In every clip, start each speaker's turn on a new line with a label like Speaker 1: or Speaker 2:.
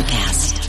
Speaker 1: NutriCast.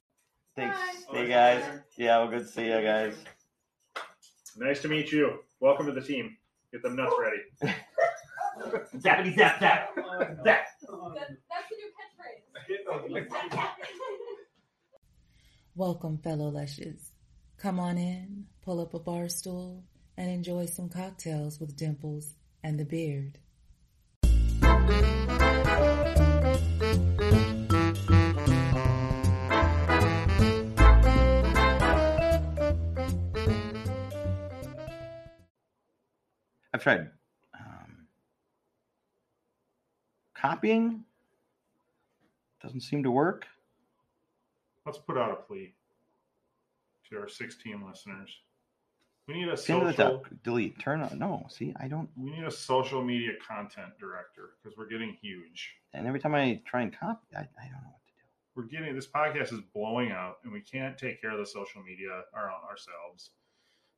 Speaker 2: Thanks. Hey guys. Yeah, well, good to see you guys.
Speaker 3: Nice to meet you. Welcome to the team. Get them nuts ready.
Speaker 2: Zappity zap zap. Zap.
Speaker 4: That's the new catchphrase.
Speaker 5: Welcome, fellow Lushes. Come on in, pull up a bar stool, and enjoy some cocktails with Dimples and the Beard.
Speaker 2: I've tried um, copying. Doesn't seem to work.
Speaker 3: Let's put out a plea to our 16 listeners. We need a
Speaker 2: Get into the
Speaker 3: social.
Speaker 2: doc- Delete. Turn on. No. See, I don't.
Speaker 3: We need a social media content director because we're getting huge.
Speaker 2: And every time I try and copy, I, I don't know what to do.
Speaker 3: We're getting this podcast is blowing out, and we can't take care of the social media our, ourselves.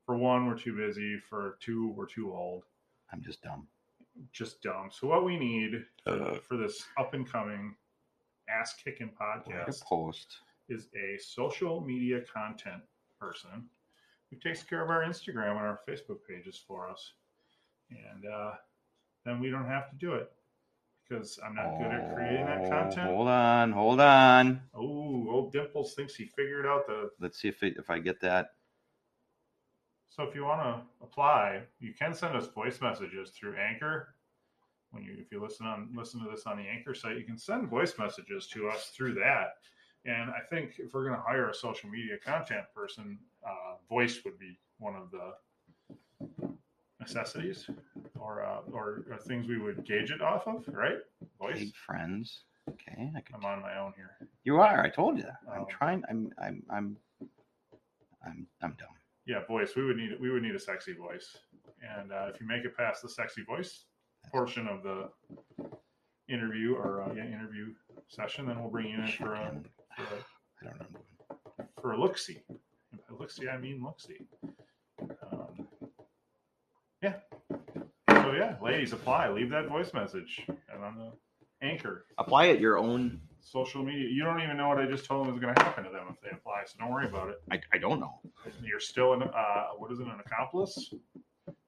Speaker 3: For one, we're too busy. For two, we're too old.
Speaker 2: I'm just dumb.
Speaker 3: Just dumb. So what we need for this up and coming ass kicking
Speaker 2: Like
Speaker 3: podcast
Speaker 2: a post.
Speaker 3: is a social media content person who takes care of our Instagram and our Facebook pages for us. And uh, then we don't have to do it because I'm not good at creating that
Speaker 2: Oh,
Speaker 3: content.
Speaker 2: Hold on. Hold on.
Speaker 3: Oh, old Dimples thinks he figured out the.
Speaker 2: Let's see if it, if I get that.
Speaker 3: So if you want to apply, you can send us voice messages through Anchor. When you if you listen on listen to this on the Anchor site, you can send voice messages to us through that. And I think if we're going to hire a social media content person, uh, voice would be one of the necessities or uh, or, or things we would gauge it off of, right? Voice.
Speaker 2: Big friends. Okay. I could.
Speaker 3: I'm on my own here.
Speaker 2: You are. I told you. I'm
Speaker 3: Oh.
Speaker 2: trying. I'm. I'm. I'm. I'm. I'm dumb.
Speaker 3: Yeah, voice. We would need we would need a sexy voice. And uh, if you make it past the sexy voice portion of the interview or uh, yeah, interview session, then we'll bring you in for uh, a,
Speaker 2: Shotgun.
Speaker 3: for a
Speaker 2: I don't know. what I'm doing.
Speaker 3: for a look-see. And by look-see, I mean look-see. Um, yeah. So yeah, ladies, apply. Leave that voice message and on the anchor
Speaker 2: Apply at your own.
Speaker 3: social media. You don't even know what I just told them is going to happen to them if they apply. So don't worry about it.
Speaker 2: I, I don't know.
Speaker 3: You're still an uh, what is it? An accomplice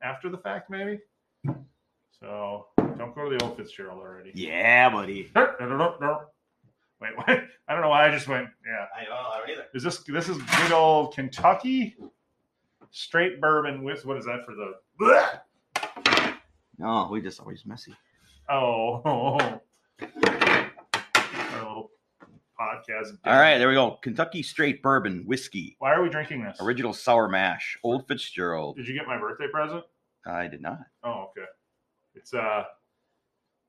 Speaker 3: after the fact, maybe. So don't go to the old Fitzgerald already.
Speaker 2: Yeah, buddy.
Speaker 3: Wait, what? I don't know why I just went. Yeah.
Speaker 2: I don't, I don't either.
Speaker 3: Is this this is good old Kentucky straight bourbon with what is that for the? Blech!
Speaker 2: No, we just always messy.
Speaker 3: Oh, our little podcast.
Speaker 2: All right, there we go. Kentucky Straight Bourbon Whiskey,
Speaker 3: Why are we drinking this?
Speaker 2: Original Sour Mash, Old Fitzgerald.
Speaker 3: Did you get my birthday present?
Speaker 2: I did not.
Speaker 3: Oh, okay. It's uh,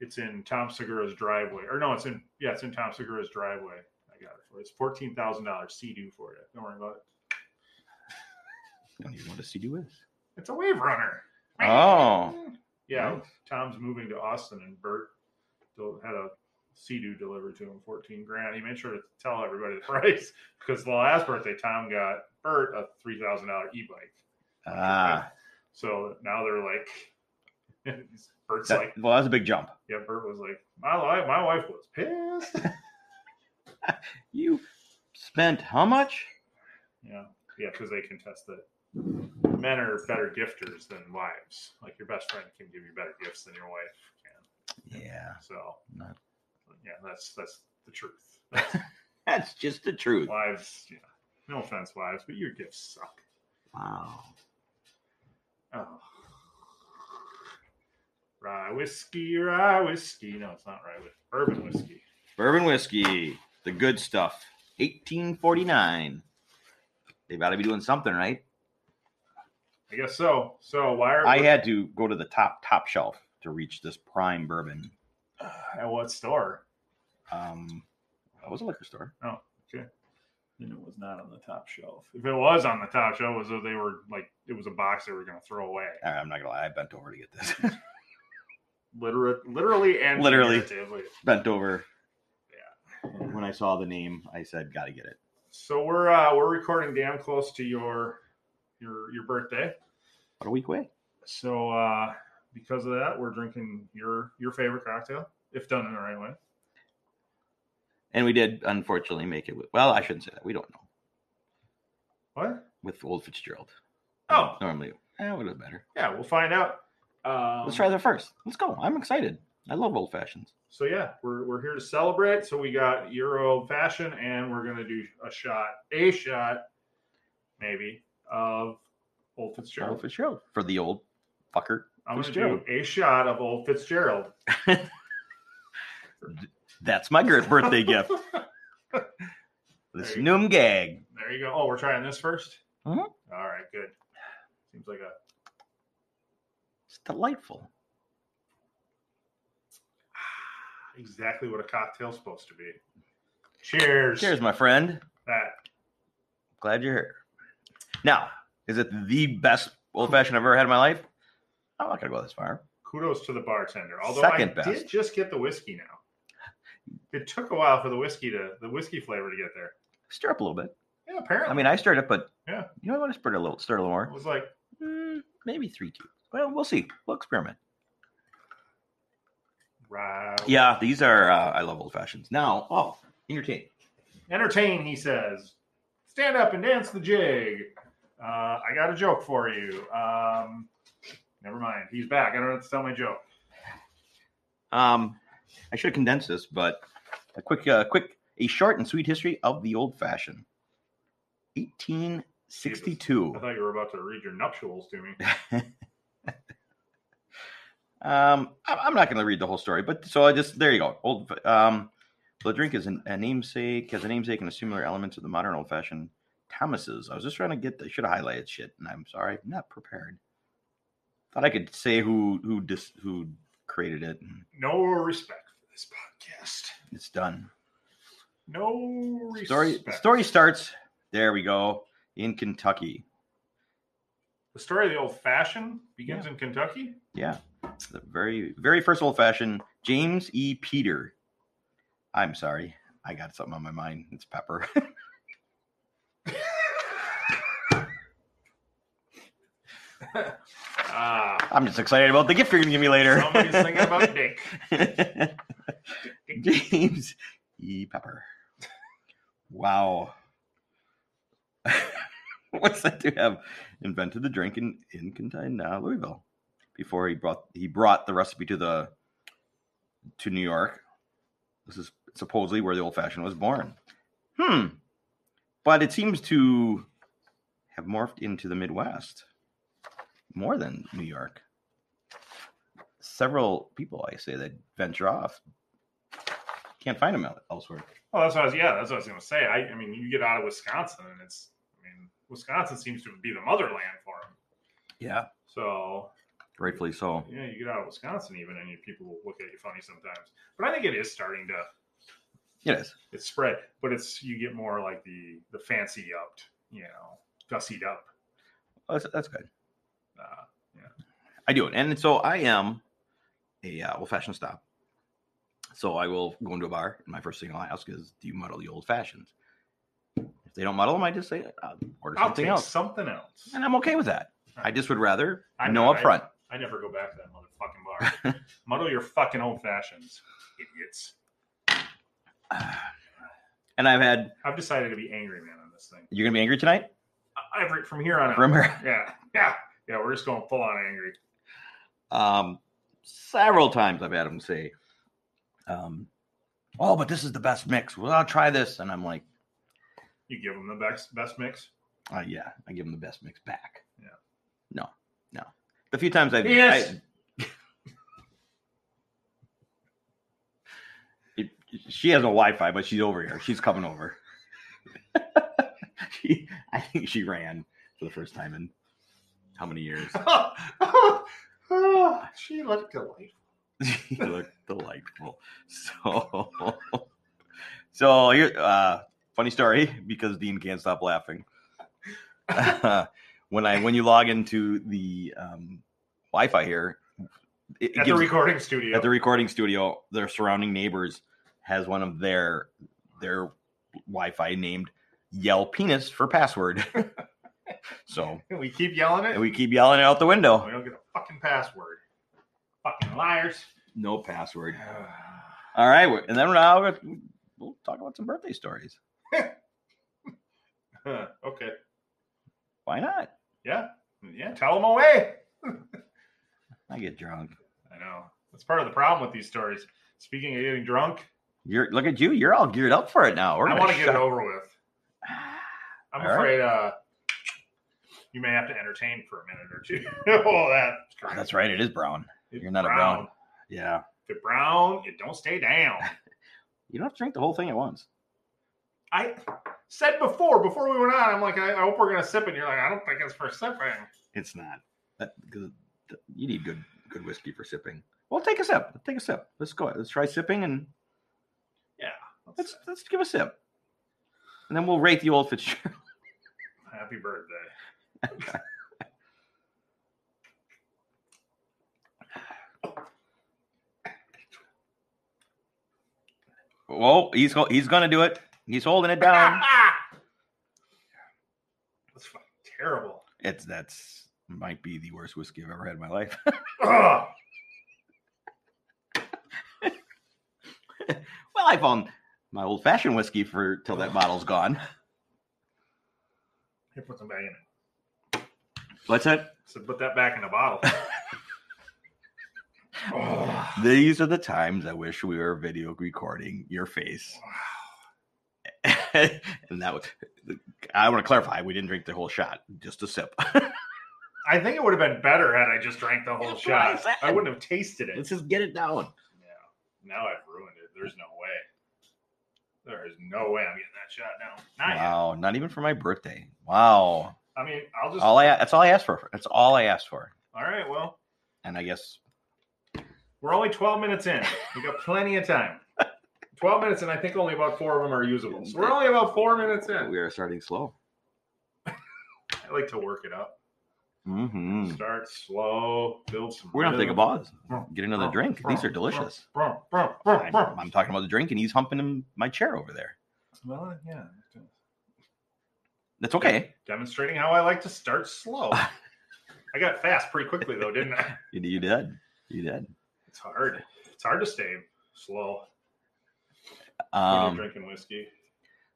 Speaker 3: it's in Tom Segura's driveway, or no, it's in yeah, it's in Tom Segura's driveway. I got it for it's fourteen thousand dollars CD for it. Don't worry about it.
Speaker 2: I don't even know what a CD is.
Speaker 3: It's a Wave Runner.
Speaker 2: Oh,
Speaker 3: Yeah,
Speaker 2: Nice.
Speaker 3: Tom's moving to Austin, and Bert del- had a Sea-Doo delivered to him, fourteen grand. He made sure to tell everybody the price because the last birthday, Tom got Bert a three thousand dollar e-bike.
Speaker 2: ah,
Speaker 3: So now they're like, Bert's
Speaker 2: that,
Speaker 3: like,
Speaker 2: well, that was a big jump.
Speaker 3: yeah. Bert was like, my wife, my wife was pissed.
Speaker 2: You spent how much?
Speaker 3: yeah, yeah, because they contest that men are better gifters than wives. Like your best friend can give you better gifts than your wife can.
Speaker 2: Yeah,
Speaker 3: So
Speaker 2: not-
Speaker 3: yeah, that's that's the truth. That's
Speaker 2: that's just the truth.
Speaker 3: wives, yeah. No offense, wives, but your gifts suck.
Speaker 2: Wow.
Speaker 3: Oh. Rye whiskey, rye whiskey. No, it's not rye whiskey. Bourbon whiskey.
Speaker 2: Bourbon whiskey, the good stuff, 1849. They've got to be doing something, right?
Speaker 3: I guess so. So why are
Speaker 2: I had to go to the top top shelf to reach this prime bourbon.
Speaker 3: at what store?
Speaker 2: Um, That was a liquor store.
Speaker 3: And it was not on the top shelf. If it was on the top shelf, it was though they were like it was a box they were going to throw away.
Speaker 2: All right, I'm not gonna lie. I bent over to get this.
Speaker 3: Literally, literally, and
Speaker 2: Literally.
Speaker 3: figuratively.
Speaker 2: bent over. Yeah. When I saw the name, I said, "Gotta get it."
Speaker 3: So we're uh, we're recording damn close to your your your birthday.
Speaker 2: About a week away.
Speaker 3: So uh, because of that, we're drinking your your favorite cocktail, if done in the right way.
Speaker 2: And we did, unfortunately, make it. With, well, I shouldn't say that. We don't know
Speaker 3: What?
Speaker 2: with old Fitzgerald.
Speaker 3: Oh.
Speaker 2: normally that would have better.
Speaker 3: Yeah, we'll find out. Um,
Speaker 2: Let's try that first. Let's go. I'm excited. I love old fashions.
Speaker 3: So yeah, we're we're here to celebrate. So we got Euro fashion, and we're gonna do a shot, a shot, maybe of Old Fitzgerald.
Speaker 2: Old Fitzgerald Oh. for the old fucker.
Speaker 3: I'm gonna do
Speaker 2: Fitzgerald.
Speaker 3: a shot of Old Fitzgerald.
Speaker 2: That's my gir- birthday gift. This
Speaker 3: There you
Speaker 2: noom gag.
Speaker 3: There you go. Oh, we're trying this 1st
Speaker 2: Mhm.
Speaker 3: All right, good. Seems like a
Speaker 2: It's delightful.
Speaker 3: exactly what a cocktail's supposed to be. Cheers.
Speaker 2: Cheers, my friend.
Speaker 3: That
Speaker 2: Glad you're here. Now, is it the best old fashioned I've ever had in my life? I'm not gonna go this far.
Speaker 3: kudos to the bartender. Although I
Speaker 2: Second best.
Speaker 3: did just get the whiskey now. It took a while for the whiskey to the whiskey flavor to get there.
Speaker 2: Stir up a little bit.
Speaker 3: Yeah, apparently.
Speaker 2: I mean, I stirred it, but
Speaker 3: Yeah.
Speaker 2: you know what? I stirred a little, stirred a little
Speaker 3: it
Speaker 2: more.
Speaker 3: was like
Speaker 2: Mm, maybe three cubes. Well, we'll see. We'll experiment.
Speaker 3: Right.
Speaker 2: Yeah, these are. Uh, I love old fashions. Now, oh, entertain.
Speaker 3: Entertain, he says. Stand up and dance the jig. Uh, I got a joke for you. Um, never mind. He's back. I don't have to tell my joke.
Speaker 2: Um, I should condense this, but a quick, uh, quick, a short and sweet history of the old fashioned.
Speaker 3: I
Speaker 2: 1862.
Speaker 3: thought you were about to read your nuptials to me.
Speaker 2: Um, I- I'm not going to read the whole story, but so I just there you go. Old um, the drink is an, a namesake has a namesake and a similar elements of the modern old fashioned Thomas's. I was just trying to get. The, should have highlighted shit, and I'm sorry, I'm not prepared. Thought I could say who who dis, who created it. and
Speaker 3: No respect for this podcast.
Speaker 2: It's done.
Speaker 3: No respect.
Speaker 2: Story the story starts. There we go. In Kentucky.
Speaker 3: The story of the old fashioned begins in Kentucky.
Speaker 2: Yeah. The very very first old fashioned James E. Peter. I'm sorry. I got something on my mind. It's pepper.
Speaker 3: Ah,
Speaker 2: I'm just excited about the gift you're gonna give me later.
Speaker 3: somebody's thinking about dick.
Speaker 2: James E. Pepper. Wow. What's that to have invented the drink in in Kentucky, uh, Louisville? Before he brought he brought the recipe to the to New York. This is supposedly where the old fashioned was born. Hmm. But it seems to have morphed into the Midwest more than New York. Several people I say that venture off can't find them elsewhere.
Speaker 3: Well, that's what I was. Yeah, that's what I was going to say. I, I mean, you get out of Wisconsin, and it's. I mean, Wisconsin seems to be the motherland for them.
Speaker 2: Yeah,
Speaker 3: So
Speaker 2: rightfully so.
Speaker 3: you know, you get out of Wisconsin, even, and you, people will look at you funny sometimes. But I think it is starting to
Speaker 2: It is.
Speaker 3: it's spread. But it's you get more like the the fancy upped, you know, gussied up.
Speaker 2: Oh, That's, that's good.
Speaker 3: Uh,
Speaker 2: I do it, and so I am a uh, old fashioned stop. So I will go into a bar, and my first thing I'll ask is, "Do you muddle the old fashions?" If they don't muddle them, I just say, uh, "Order
Speaker 3: I'll
Speaker 2: something
Speaker 3: take
Speaker 2: else,"
Speaker 3: something else.
Speaker 2: and I'm okay with that. I just would rather
Speaker 3: I
Speaker 2: know
Speaker 3: know,
Speaker 2: up front.
Speaker 3: I never go back to that motherfucking bar. Muddle your fucking old fashions, idiots.
Speaker 2: And I've had.
Speaker 3: I've decided to be angry man on this thing.
Speaker 2: You're gonna be angry tonight,
Speaker 3: I- Every from here on out.
Speaker 2: Remember?
Speaker 3: Yeah, yeah, yeah. We're just going full on angry.
Speaker 2: Um, several times I've had them say, um, "Oh, but this is the best mix. Well, I'll try this," and I'm like.
Speaker 3: You give them the best best mix.
Speaker 2: Uh, yeah, I give him the best mix back.
Speaker 3: Yeah.
Speaker 2: No, no. The few times I've
Speaker 3: Yes.
Speaker 2: I- It- she has no Wi-Fi, but she's over here. She's coming over. she, I think she ran for the first time in how many years?
Speaker 3: she looked delightful.
Speaker 2: she looked delightful. So, So here, uh, funny story because Dean can't stop laughing. when I when you log into the um, Wi-Fi here, it, it
Speaker 3: at the
Speaker 2: gives-
Speaker 3: recording studio.
Speaker 2: at the recording studio, their surrounding neighbors has one of their their Wi-Fi named "Yell Penis" for password. so
Speaker 3: we keep yelling it.
Speaker 2: and
Speaker 3: We,
Speaker 2: we keep yelling it out the window.
Speaker 3: don't get a fucking password. Fucking liars.
Speaker 2: No password. All right, we're- and then now we're- we'll talk about some birthday stories.
Speaker 3: okay.
Speaker 2: Why not?
Speaker 3: Yeah. Yeah. Tell them away.
Speaker 2: I get drunk.
Speaker 3: I know. That's part of the problem with these stories. Speaking of getting drunk,
Speaker 2: You're look at you. You're all geared up for it now. We're
Speaker 3: I
Speaker 2: gonna
Speaker 3: want to get
Speaker 2: shut-
Speaker 3: it over with. I'm
Speaker 2: All right.
Speaker 3: afraid uh, you may have to entertain for a minute or two. oh, that's
Speaker 2: Oh,
Speaker 3: correct.
Speaker 2: That's right. It is brown.
Speaker 3: It's
Speaker 2: You're not a brown. Yeah.
Speaker 3: If it brown, it don't stay down.
Speaker 2: You don't have to drink the whole thing at once.
Speaker 3: I said before, before we went on, I'm like, I, I hope we're gonna sip it. And you're like, I don't think it's for sipping.
Speaker 2: It's not. That, 'cause you need good good whiskey for sipping. Well, take a sip. Take a sip. Let's go. Let's try sipping and let's let's give a sip, and then we'll rate the old Fitzgerald.
Speaker 3: Happy birthday.
Speaker 2: Whoa, he's go- he's gonna do it. He's holding it down.
Speaker 3: That's fucking terrible.
Speaker 2: it's that's might be the worst whiskey I've ever had in my life.
Speaker 3: Ugh.
Speaker 2: well, I found my old fashioned whiskey for till that bottle's gone.
Speaker 3: Here, put some back in it.
Speaker 2: What's that?
Speaker 3: So put that back in the bottle. Ugh.
Speaker 2: These are the times I wish we were video recording your face. and that was, I want to clarify, we didn't drink the whole shot, just a sip.
Speaker 3: I think it would have been better had I just drank the whole
Speaker 2: That's what I
Speaker 3: shot.
Speaker 2: said.
Speaker 3: I wouldn't have tasted it.
Speaker 2: Let's just get it down.
Speaker 3: Yeah. Now I've ruined it. There's no way. There is no way I'm getting that shot down. Not yet.
Speaker 2: Wow, not even for my birthday. Wow,
Speaker 3: I mean, I'll just.
Speaker 2: all I that's all I asked for. That's all I asked for,
Speaker 3: all right. Well,
Speaker 2: and I guess
Speaker 3: we're only 12 minutes in. We got plenty of time. 12 minutes, and I think only about four of them are usable. So we're only about four minutes in.
Speaker 2: we are starting slow.
Speaker 3: I like to work it up.
Speaker 2: hmm
Speaker 3: Start slow, build some.
Speaker 2: We're gonna take a
Speaker 3: rhythm.
Speaker 2: pause, get another drink. These are delicious.
Speaker 3: Brum, brum,
Speaker 2: I,
Speaker 3: brum, brum.
Speaker 2: am talking about the drink, and he's humping in my chair over there.
Speaker 3: Well, yeah.
Speaker 2: That's okay.
Speaker 3: Demonstrating how I like to start slow. I got fast pretty quickly though, didn't I?
Speaker 2: You, you did. You did.
Speaker 3: It's hard. It's hard to stay slow when
Speaker 2: Um,
Speaker 3: you're drinking whiskey.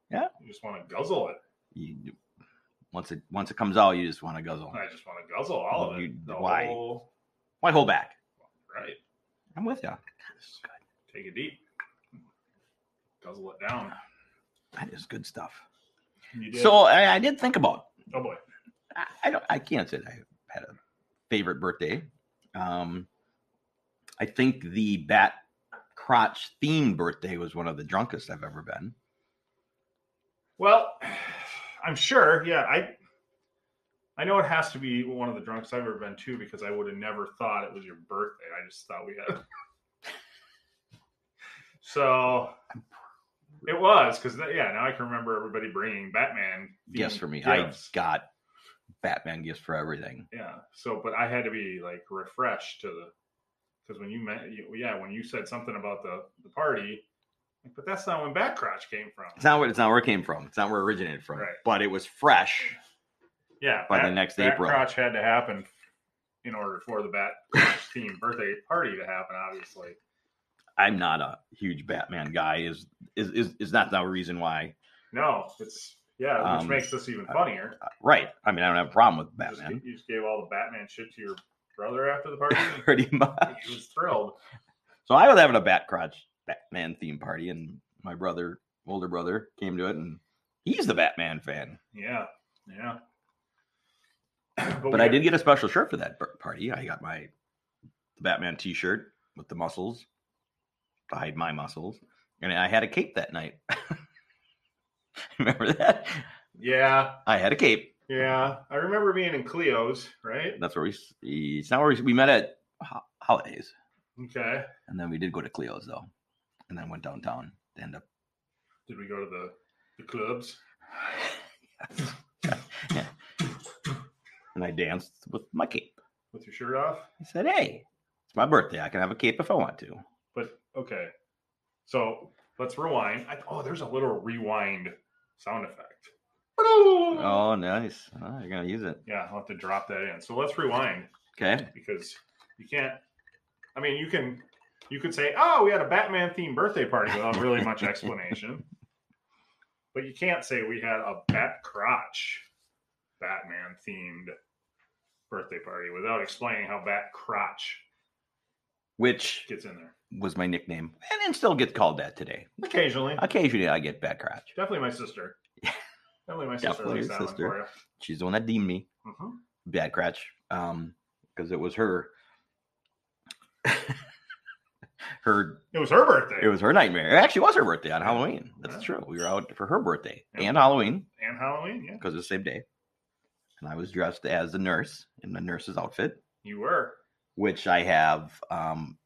Speaker 2: yeah.
Speaker 3: You just want to guzzle it.
Speaker 2: you, you- once it once it comes out, you just want to guzzle.
Speaker 3: I just want to guzzle all of it.
Speaker 2: You-
Speaker 3: the
Speaker 2: why?
Speaker 3: whole-
Speaker 2: Why hold back?
Speaker 3: right.
Speaker 2: I'm with you.
Speaker 3: Take it deep. Guzzle it down.
Speaker 2: That is good stuff.
Speaker 3: You did.
Speaker 2: So I, I did think about.
Speaker 3: oh boy.
Speaker 2: I, I don't. I can't say that I had a favorite birthday. Um, I think the bat crotch themed birthday was one of the drunkest I've ever been.
Speaker 3: Well, I'm sure. Yeah, I I know it has to be one of the drunks I've ever been to because I would have never thought it was your birthday. I just thought we had. so it was because yeah, now I can remember everybody bringing Batman.
Speaker 2: Gifts
Speaker 3: themed
Speaker 2: for me.
Speaker 3: gifts.
Speaker 2: I got Batman gifts for everything.
Speaker 3: yeah. So, but I had to be like refreshed to the because when you met, you, yeah, when you said something about the the party, but that's not when Batcrotch came from.
Speaker 2: It's not what it's not where it came from. It's not where it originated from.
Speaker 3: Right.
Speaker 2: But it was fresh.
Speaker 3: Yeah,
Speaker 2: by the next
Speaker 3: that
Speaker 2: April.
Speaker 3: crotch had to happen in order for the bat crotch theme birthday party to happen. Obviously,
Speaker 2: I'm not a huge Batman guy. Is is is, is not the reason why.
Speaker 3: no, it's yeah, which
Speaker 2: Um,
Speaker 3: makes this even funnier.
Speaker 2: Right. I mean, I don't have a problem with
Speaker 3: You just,
Speaker 2: Batman.
Speaker 3: you just gave all the Batman shit to your brother after the party.
Speaker 2: Pretty much.
Speaker 3: he was thrilled.
Speaker 2: So I was having a bat crotch Batman theme party, and my brother, older brother, came to it, and he's the Batman fan.
Speaker 3: Yeah, yeah. Oh,
Speaker 2: But I did get a special shirt for that bir- party. I got my Batman T-shirt with the muscles to hide my muscles, and I had a cape that night. Remember that?
Speaker 3: Yeah,
Speaker 2: I had a cape.
Speaker 3: yeah. I remember being in Cleo's, right?
Speaker 2: That's where we. s- It's not where we, s- we met at ho- holidays,
Speaker 3: Okay.
Speaker 2: and then we did go to Cleo's though, and then went downtown to end up
Speaker 3: Did we go to the the clubs?
Speaker 2: And I danced with my cape.
Speaker 3: with your shirt off.
Speaker 2: I said, "Hey, it's my birthday. I can have a cape if I want to."
Speaker 3: But okay, so let's rewind. I, oh, there's a little rewind sound effect.
Speaker 2: Oh, nice. Oh, you're gonna use it.
Speaker 3: Yeah, I'll have to drop that in. So let's rewind
Speaker 2: Okay.
Speaker 3: because you can't. I mean, you can. You could say, "Oh, we had a Batman themed birthday party" without really much explanation. But you can't say we had a bat crotch Batman themed birthday party without explaining how bat crotch
Speaker 2: Which
Speaker 3: gets in there.
Speaker 2: was my nickname, and, and still get called that today.
Speaker 3: Occasionally,
Speaker 2: Occasionally, I get back crotch.
Speaker 3: Definitely my sister. Definitely my sister.
Speaker 2: Definitely
Speaker 3: Definitely
Speaker 2: your
Speaker 3: that
Speaker 2: sister.
Speaker 3: One for you.
Speaker 2: She's the one that deemed me
Speaker 3: Mhm.
Speaker 2: bad crotch, um, because it was her. her
Speaker 3: It was her birthday
Speaker 2: It was her nightmare. It actually was her birthday on Halloween. That's
Speaker 3: Yeah.
Speaker 2: true. We were out for her birthday
Speaker 3: Yeah.
Speaker 2: and Halloween
Speaker 3: and Halloween. Yeah,
Speaker 2: because it's the same day. And I was dressed as the nurse in the nurse's outfit,
Speaker 3: you were.
Speaker 2: which I have um,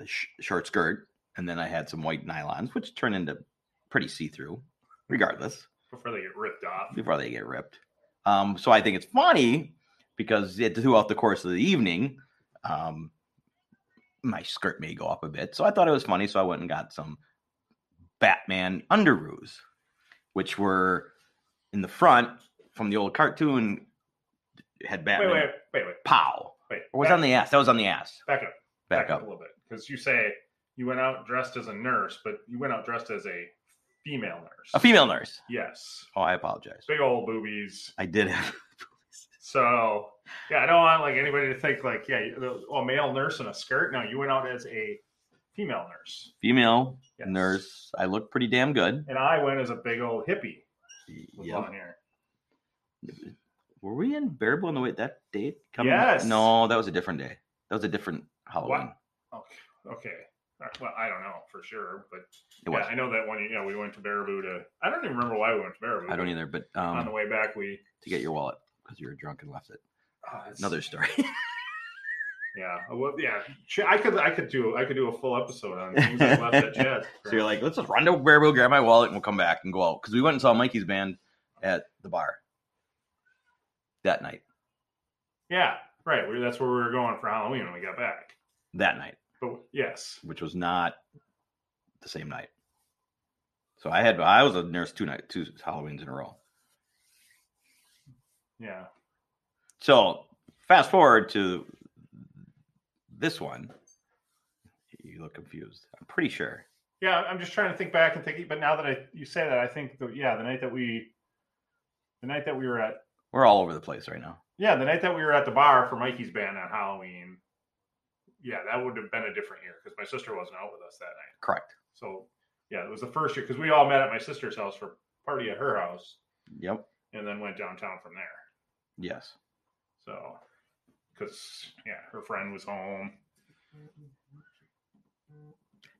Speaker 2: a sh- short skirt, and then I had some white nylons, which turn into pretty see through, regardless,
Speaker 3: Before they get ripped off.
Speaker 2: before they get ripped. Um, so I think it's funny because it, throughout the course of the evening, um, my skirt may go up a bit. So I thought it was funny. So I went and got some Batman underoos, which were in the front from the old cartoon. Had
Speaker 3: Wait,
Speaker 2: Batman
Speaker 3: wait, wait, wait,
Speaker 2: pow?
Speaker 3: wait.
Speaker 2: Or was
Speaker 3: back,
Speaker 2: on the ass? That was on the ass.
Speaker 3: back up,
Speaker 2: Back
Speaker 3: a
Speaker 2: up.
Speaker 3: little bit because you say you went out dressed as a nurse, but you went out dressed as a female nurse.
Speaker 2: A female nurse.
Speaker 3: Yes,
Speaker 2: Oh, I apologize.
Speaker 3: big old boobies.
Speaker 2: I did have.
Speaker 3: So yeah, I don't want like anybody to think like yeah, the, oh, a male nurse in a skirt. No, you went out as a female nurse.
Speaker 2: Female
Speaker 3: Yes.
Speaker 2: nurse. I looked pretty damn good.
Speaker 3: And I went as a big old hippie with
Speaker 2: Yep.
Speaker 3: long hair.
Speaker 2: Were we in Bearable on the way that date? Coming
Speaker 3: Yes.
Speaker 2: No, that was a different day. That was a different Halloween.
Speaker 3: What? Okay. Okay. Uh, Well, I don't know for sure, but
Speaker 2: It
Speaker 3: yeah,
Speaker 2: was.
Speaker 3: I know that one. Yeah, we went to Baraboo to. I don't even remember why we went to Baraboo.
Speaker 2: I don't
Speaker 3: but
Speaker 2: either. But
Speaker 3: On the
Speaker 2: um,
Speaker 3: way back, we
Speaker 2: to get your wallet because you were drunk and left it.
Speaker 3: oh, it's-
Speaker 2: Another story.
Speaker 3: Yeah. uh, Well, yeah. Ch- I could. I could do. I could do a full episode on things I left at Chad's.
Speaker 2: so you're like, let's just run to Bearable, grab my wallet, and we'll come back and go out because we went and saw Mikey's band at the bar that night.
Speaker 3: Yeah. Right. We, that's where we were going for Halloween when we got back.
Speaker 2: That night,
Speaker 3: But yes.
Speaker 2: which was not the same night. So I had I was a nurse two night two Halloweens in a row.
Speaker 3: Yeah.
Speaker 2: So fast forward to this one. You look confused. I'm pretty sure.
Speaker 3: Yeah. I'm just trying to think back and think. But now that I you say that, I think the, yeah, the night that we, the night that we were at
Speaker 2: We're all over the place right now.
Speaker 3: Yeah, the night that we were at the bar for Mikey's band on Halloween, yeah, that would have been a different year because my sister wasn't out with us that night.
Speaker 2: Correct.
Speaker 3: So yeah, it was the first year because we all met at my sister's house for a party at her house
Speaker 2: Yep.
Speaker 3: and then went downtown from there.
Speaker 2: Yes.
Speaker 3: So because yeah, her friend was home.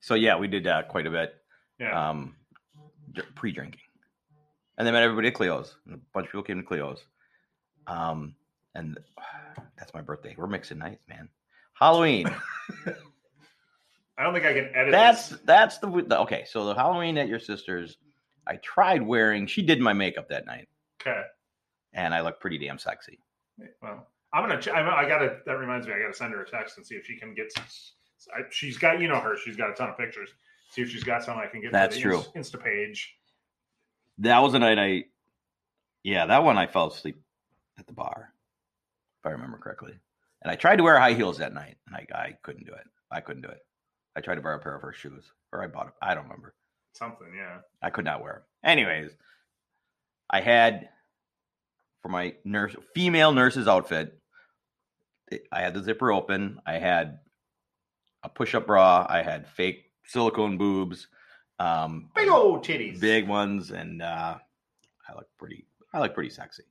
Speaker 2: So yeah, we did uh, quite a bit
Speaker 3: Yeah,
Speaker 2: um, dr- pre-drinking, and then met everybody at Cleo's. And a bunch of people came to Cleo's, um, and that's my birthday. We're mixing nights, man. Halloween.
Speaker 3: I don't think I can edit.
Speaker 2: That's
Speaker 3: this.
Speaker 2: that's the, the okay. So the Halloween at your sister's, I tried wearing. She did my makeup that night,
Speaker 3: okay.
Speaker 2: and I looked pretty damn sexy.
Speaker 3: Well, I'm gonna. Ch- I'm, I gotta. That reminds me. I gotta send her a text and see if she can get. Some, I, she's got. You know her. She's got a ton of pictures. See if she's got some I can get. for
Speaker 2: That's
Speaker 3: the
Speaker 2: true.
Speaker 3: Inst- Insta page.
Speaker 2: That was the night I, yeah, that one I fell asleep at the bar, if I remember correctly. And I tried to wear high heels that night, and I, I couldn't do it. I couldn't do it. I tried to borrow a pair of her shoes, or I bought them. I don't remember.
Speaker 3: Something. Yeah.
Speaker 2: I could not wear them. Anyways, I had for my nurse, female nurse's outfit, it- I had the zipper open. I had a push up bra. I had fake silicone boobs. Um,
Speaker 3: Big old titties.
Speaker 2: big ones, and uh, I look pretty. I look pretty sexy,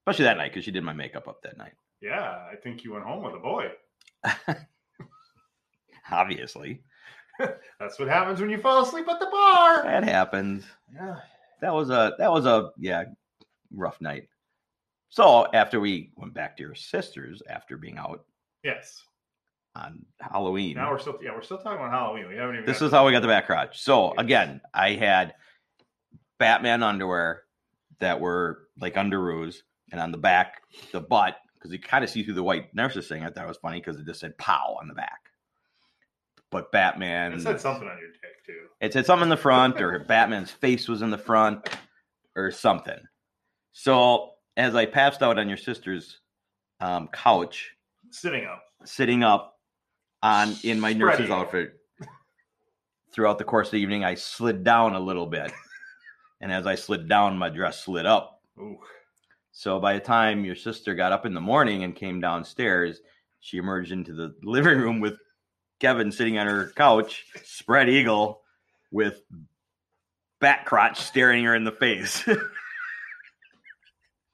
Speaker 2: especially that night because she did my makeup up that night.
Speaker 3: Yeah, I think you went home with a boy.
Speaker 2: Obviously,
Speaker 3: That's what happens when you fall asleep at the bar.
Speaker 2: that happens.
Speaker 3: Yeah.
Speaker 2: That was a that was a yeah rough night. So after we went back to your sister's after being out
Speaker 3: Yes.
Speaker 2: on Halloween,
Speaker 3: Now we're still yeah we're still talking about Halloween. We haven't even.
Speaker 2: this
Speaker 3: got-
Speaker 2: is how we got the back crotch. So again, I had Batman underwear that were like underoos, and on the back, the butt, because you kind of see through the white nurses thing. I thought it was funny because it just said "pow" on the back. But Batman,
Speaker 3: It said something on your dick too.
Speaker 2: it said something in the front, or Batman's face was in the front, or something. So as I passed out on your sister's um, couch,
Speaker 3: Sitting up.
Speaker 2: sitting up on in my nurse's
Speaker 3: Spreading.
Speaker 2: outfit throughout the course of the evening i slid down a little bit and as i slid down my dress slid up
Speaker 3: Ooh.
Speaker 2: so by the time your sister got up in the morning and came downstairs she emerged into the living room with kevin sitting on her couch spread eagle with bat crotch staring her in the face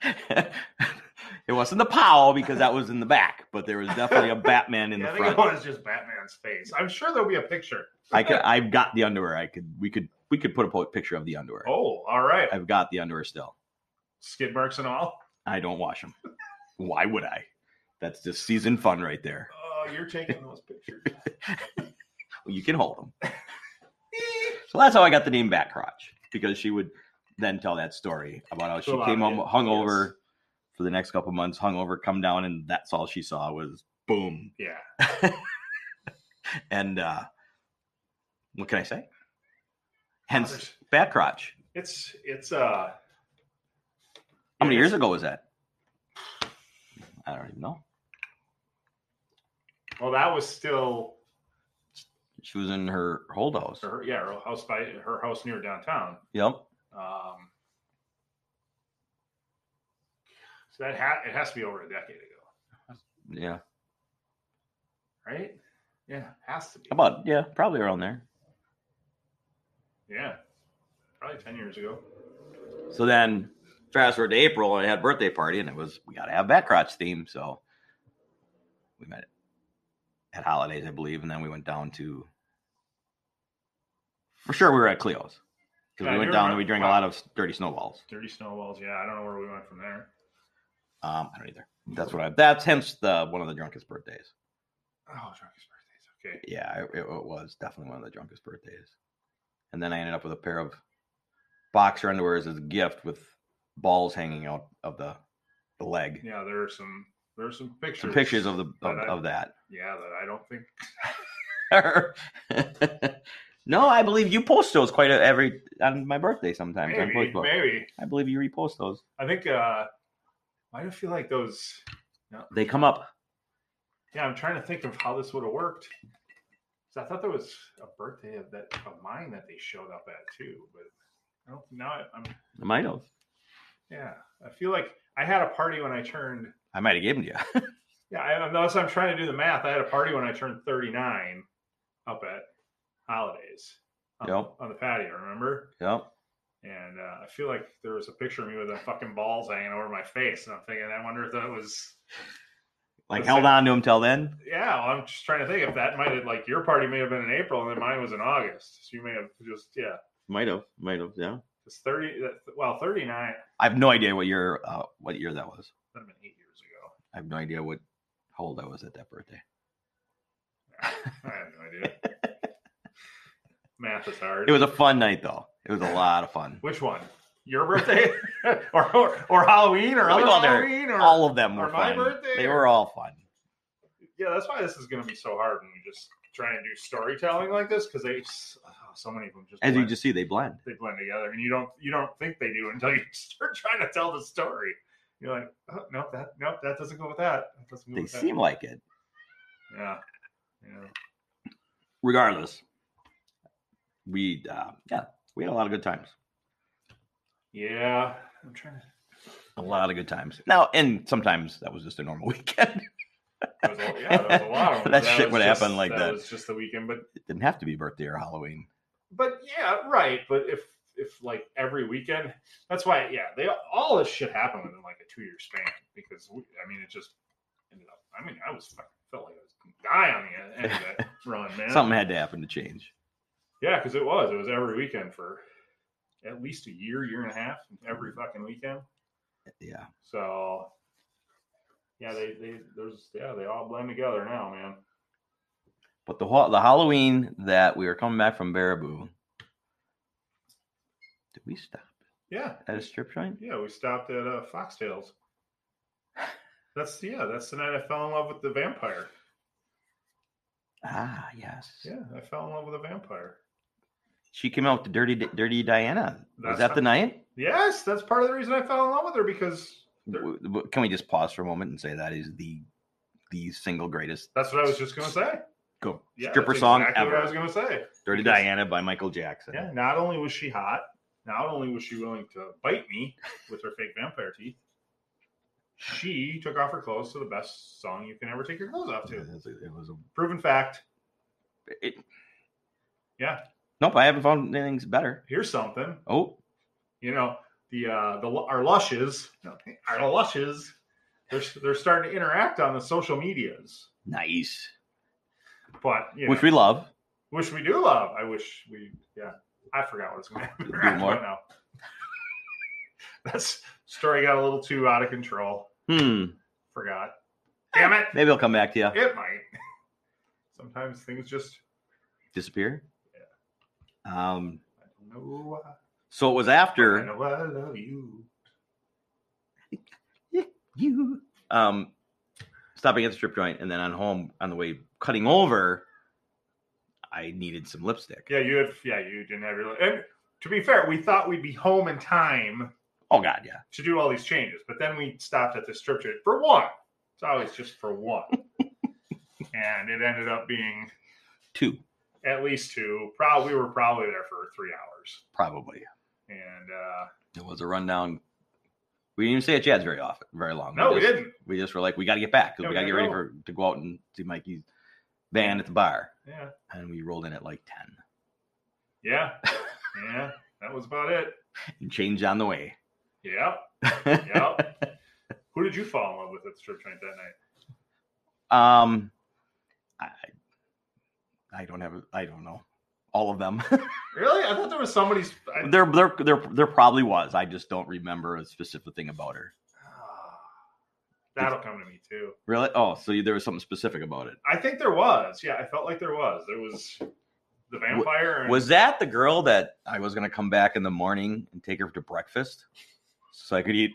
Speaker 2: it wasn't the pow because that was in the back but there was definitely a batman in
Speaker 3: yeah,
Speaker 2: the
Speaker 3: I
Speaker 2: front
Speaker 3: think it was just Batman's face. I'm sure there'll be a picture.
Speaker 2: I could. I've got the underwear. I could. We could. We could put a po- picture of the underwear.
Speaker 3: Oh, all right.
Speaker 2: I've got the underwear still.
Speaker 3: Skid marks and all.
Speaker 2: I don't wash them. Why would I? That's just season fun right there.
Speaker 3: Oh, you're taking those pictures.
Speaker 2: You can hold them. so that's how I got the name Bat Crotch because she would then tell that story about how she
Speaker 3: So
Speaker 2: came home
Speaker 3: obvious,
Speaker 2: hungover
Speaker 3: yes.
Speaker 2: for the next couple months, hungover, come down, and that's all she saw was boom.
Speaker 3: Yeah.
Speaker 2: And uh what can I say? Hence,
Speaker 3: Others.
Speaker 2: Bat Crotch.
Speaker 3: It's it's uh
Speaker 2: How many years ago was that? I don't even know.
Speaker 3: well that was still
Speaker 2: She was in her holdouts.
Speaker 3: her yeah, her house by her house near downtown.
Speaker 2: Yep.
Speaker 3: Um so that ha- it has to be over a decade ago,
Speaker 2: Yeah.
Speaker 3: right? Yeah, has to be.
Speaker 2: About yeah, probably around there.
Speaker 3: Yeah. Probably ten years ago.
Speaker 2: So then fast forward to April, I had a birthday party and it was we gotta have back crotch theme, so we met at holidays, I believe, and then we went down to for sure we were at Cleo's. Because
Speaker 3: Yeah,
Speaker 2: we
Speaker 3: I
Speaker 2: went
Speaker 3: do
Speaker 2: down and we drank
Speaker 3: remember-
Speaker 2: a lot of dirty snowballs.
Speaker 3: Dirty snowballs, yeah. I don't know where we went from there.
Speaker 2: Um, I don't either. That's what I that's hence the one of the drunkest birthdays.
Speaker 3: Oh, drunkest birthdays. Okay.
Speaker 2: yeah, it, it was definitely one of the drunkest birthdays. And then I ended up with a pair of boxer underwears as a gift with balls hanging out of the, the leg.
Speaker 3: Yeah, there are some there are some pictures.
Speaker 2: Some pictures of the of,
Speaker 3: that I-
Speaker 2: of that.
Speaker 3: yeah that I don't think
Speaker 2: no, I believe you post those quite a, every on my birthday sometimes on
Speaker 3: maybe
Speaker 2: Facebook.
Speaker 3: maybe
Speaker 2: I believe you repost those.
Speaker 3: I think uh why do I feel like those
Speaker 2: They come up.
Speaker 3: yeah I'm trying to think of how this would have worked 'Cause I thought there was a birthday of that of mine that they showed up at too but I don't now I, I'm
Speaker 2: I might have.
Speaker 3: yeah I feel like I had a party when I turned
Speaker 2: I might have given to you.
Speaker 3: yeah I, unless I'm trying to do the math I had a party when I turned 39 up at holidays on,
Speaker 2: Yep.
Speaker 3: on the patio remember
Speaker 2: yep.
Speaker 3: And uh, I feel like there was a picture of me with the fucking balls hanging over my face. And I'm thinking, I wonder if that was,
Speaker 2: Like
Speaker 3: That's
Speaker 2: held
Speaker 3: it.
Speaker 2: on to them till then.
Speaker 3: yeah, well, I'm just trying to think if that might have, like, your party may have been in April and then mine was in August. So you may have just, yeah,
Speaker 2: Might have. Might have. Yeah.
Speaker 3: it's 30, that, well, 39,
Speaker 2: I have no idea what year uh, what year that was.
Speaker 3: that would have been eight years ago.
Speaker 2: I have no idea what how old I was at that birthday.
Speaker 3: I have no idea. Math is hard.
Speaker 2: It was a fun night though. It was a lot of fun.
Speaker 3: Which one? Your birthday? or, or or Halloween? Or
Speaker 2: Oh,
Speaker 3: other
Speaker 2: no, they're
Speaker 3: Halloween? Or...
Speaker 2: All of them
Speaker 3: or
Speaker 2: were
Speaker 3: my
Speaker 2: fun.
Speaker 3: birthday,
Speaker 2: They
Speaker 3: or-
Speaker 2: were all fun.
Speaker 3: yeah, that's why this is going to be so hard when you just try and do storytelling like this because they, oh, so many of them just.
Speaker 2: As you
Speaker 3: blend-
Speaker 2: just see, they blend.
Speaker 3: they blend together and you don't you don't think they do until you start trying to tell the story you're like oh, no that no that doesn't go with that, that doesn't go
Speaker 2: They
Speaker 3: with that.
Speaker 2: seem like it.
Speaker 3: yeah yeah
Speaker 2: Regardless, we uh, yeah, we had a lot of good times.
Speaker 3: yeah i'm trying
Speaker 2: A lot of good times. Now, and sometimes that was just a normal weekend.
Speaker 3: to there was a, yeah, there was a lot of them,
Speaker 2: That
Speaker 3: but
Speaker 2: shit
Speaker 3: was
Speaker 2: would
Speaker 3: just-
Speaker 2: happen like that.
Speaker 3: was just the weekend but
Speaker 2: It didn't have to be birthday or Halloween.
Speaker 3: but yeah right but if if like every weekend that's why yeah they all this shit happened within like a two year span because we, i mean it just ended up i mean i was fucking felt like i was gonna die on the end of that run man
Speaker 2: Something had to happen to change.
Speaker 3: Yeah, because it was. It was every weekend for at least a year, year and a half, every fucking weekend.
Speaker 2: Yeah.
Speaker 3: So yeah, they they there's yeah, they all blend together now, man.
Speaker 2: But the ha- the Halloween that we were coming back from Baraboo, did we stop
Speaker 3: Yeah,
Speaker 2: at a strip joint?
Speaker 3: yeah, we stopped at uh, Foxtails. That's yeah, that's the night I fell in love with the vampire.
Speaker 2: Ah, yes.
Speaker 3: Yeah, I fell in love with a vampire.
Speaker 2: She came out with the dirty, dirty Diana.
Speaker 3: That's
Speaker 2: was that the night?
Speaker 3: Yes, that's part of the reason I fell in love with her because there-
Speaker 2: W- w- Can we just pause for a moment and say that is the the single greatest
Speaker 3: that's what I was just gonna say.
Speaker 2: go
Speaker 3: Yeah,
Speaker 2: stripper
Speaker 3: that's
Speaker 2: song
Speaker 3: exactly
Speaker 2: ever?
Speaker 3: What I was gonna say.
Speaker 2: Dirty
Speaker 3: Because-
Speaker 2: Diana by Michael Jackson.
Speaker 3: Yeah, not only was she hot, not only was she willing to bite me with her fake vampire teeth, she took off her clothes to the best song you can ever take your clothes off
Speaker 2: It
Speaker 3: to.
Speaker 2: was a- it was a-
Speaker 3: Proven fact.
Speaker 2: it-
Speaker 3: Yeah,
Speaker 2: nope, I haven't found anything better.
Speaker 3: here's something.
Speaker 2: Oh,
Speaker 3: You know, the uh the our lushes, our lushes, they're they're starting to interact on the social medias.
Speaker 2: nice.
Speaker 3: But you
Speaker 2: Which
Speaker 3: know,
Speaker 2: we love.
Speaker 3: which we do love. I wish we yeah. I forgot what it's going to happen.
Speaker 2: Do it more.
Speaker 3: now. That's story got a little too out of control.
Speaker 2: Hmm.
Speaker 3: Forgot. Damn it.
Speaker 2: Maybe I'll come back to you.
Speaker 3: It might. Sometimes things just
Speaker 2: Disappear. Um.
Speaker 3: I don't know why.
Speaker 2: So it was
Speaker 3: I
Speaker 2: after
Speaker 3: know I love you.
Speaker 2: you um stopping at the strip joint, and then on home on the way cutting over, I needed some lipstick.
Speaker 3: Yeah, you had yeah, you didn't have your and to be fair, we thought we'd be home in time
Speaker 2: Oh God, yeah.
Speaker 3: to do all these changes, but then we stopped at the strip joint for one. It's always just for one. and it ended up being
Speaker 2: Two
Speaker 3: at least two. Probably we were probably there for three hours.
Speaker 2: probably.
Speaker 3: And uh
Speaker 2: It was a rundown. We didn't even stay at Chad's very often, very long.
Speaker 3: no, we
Speaker 2: just-
Speaker 3: didn't.
Speaker 2: We just were like, we got to get back 'cause
Speaker 3: Yeah,
Speaker 2: we got
Speaker 3: we
Speaker 2: to get
Speaker 3: gotta
Speaker 2: ready
Speaker 3: go.
Speaker 2: for to go out and see Mikey's band at the bar.
Speaker 3: Yeah.
Speaker 2: And we rolled in at like ten
Speaker 3: Yeah. Yeah. That was about it.
Speaker 2: and changed on the way.
Speaker 3: Yeah. Yeah. Who did you fall in love with at the strip joint that night?
Speaker 2: um, I, I don't have, a- I don't know all of them.
Speaker 3: Really? I thought there was somebody's. I,
Speaker 2: there, there, there, there probably was. I just don't remember a specific thing about her.
Speaker 3: That'll come to me too.
Speaker 2: Really? Oh, so there was something specific about it.
Speaker 3: I think there was. Yeah, I felt like there was. There was the vampire. And,
Speaker 2: Was that the girl that I was gonna come back in the morning and take her to breakfast so I could eat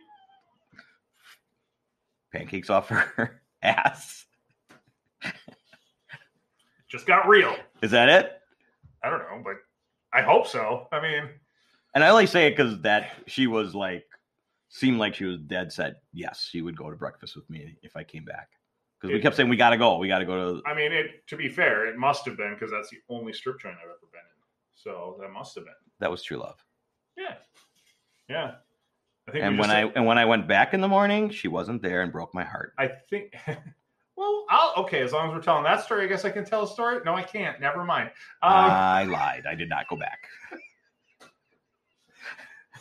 Speaker 2: pancakes off her ass?
Speaker 3: just got real?
Speaker 2: Is that it?
Speaker 3: I don't know, but I hope so. I mean,
Speaker 2: And I only say it because that she was like seemed like she was dead set. Yes, she would go to breakfast with me if I came back because we kept saying we gotta go, we gotta go to.
Speaker 3: I mean, it. To be fair, it must have been because that's the only strip joint I've ever been in. So that must have been.
Speaker 2: That was true love.
Speaker 3: Yeah. Yeah. I think.
Speaker 2: And
Speaker 3: we
Speaker 2: when
Speaker 3: just-
Speaker 2: I and when I went back in the morning, she wasn't there and broke my heart.
Speaker 3: I think. Well, I'll, okay. As long as we're telling that story, I guess I can tell a story. No, I can't. Never mind. Um,
Speaker 2: I lied. I did not go back.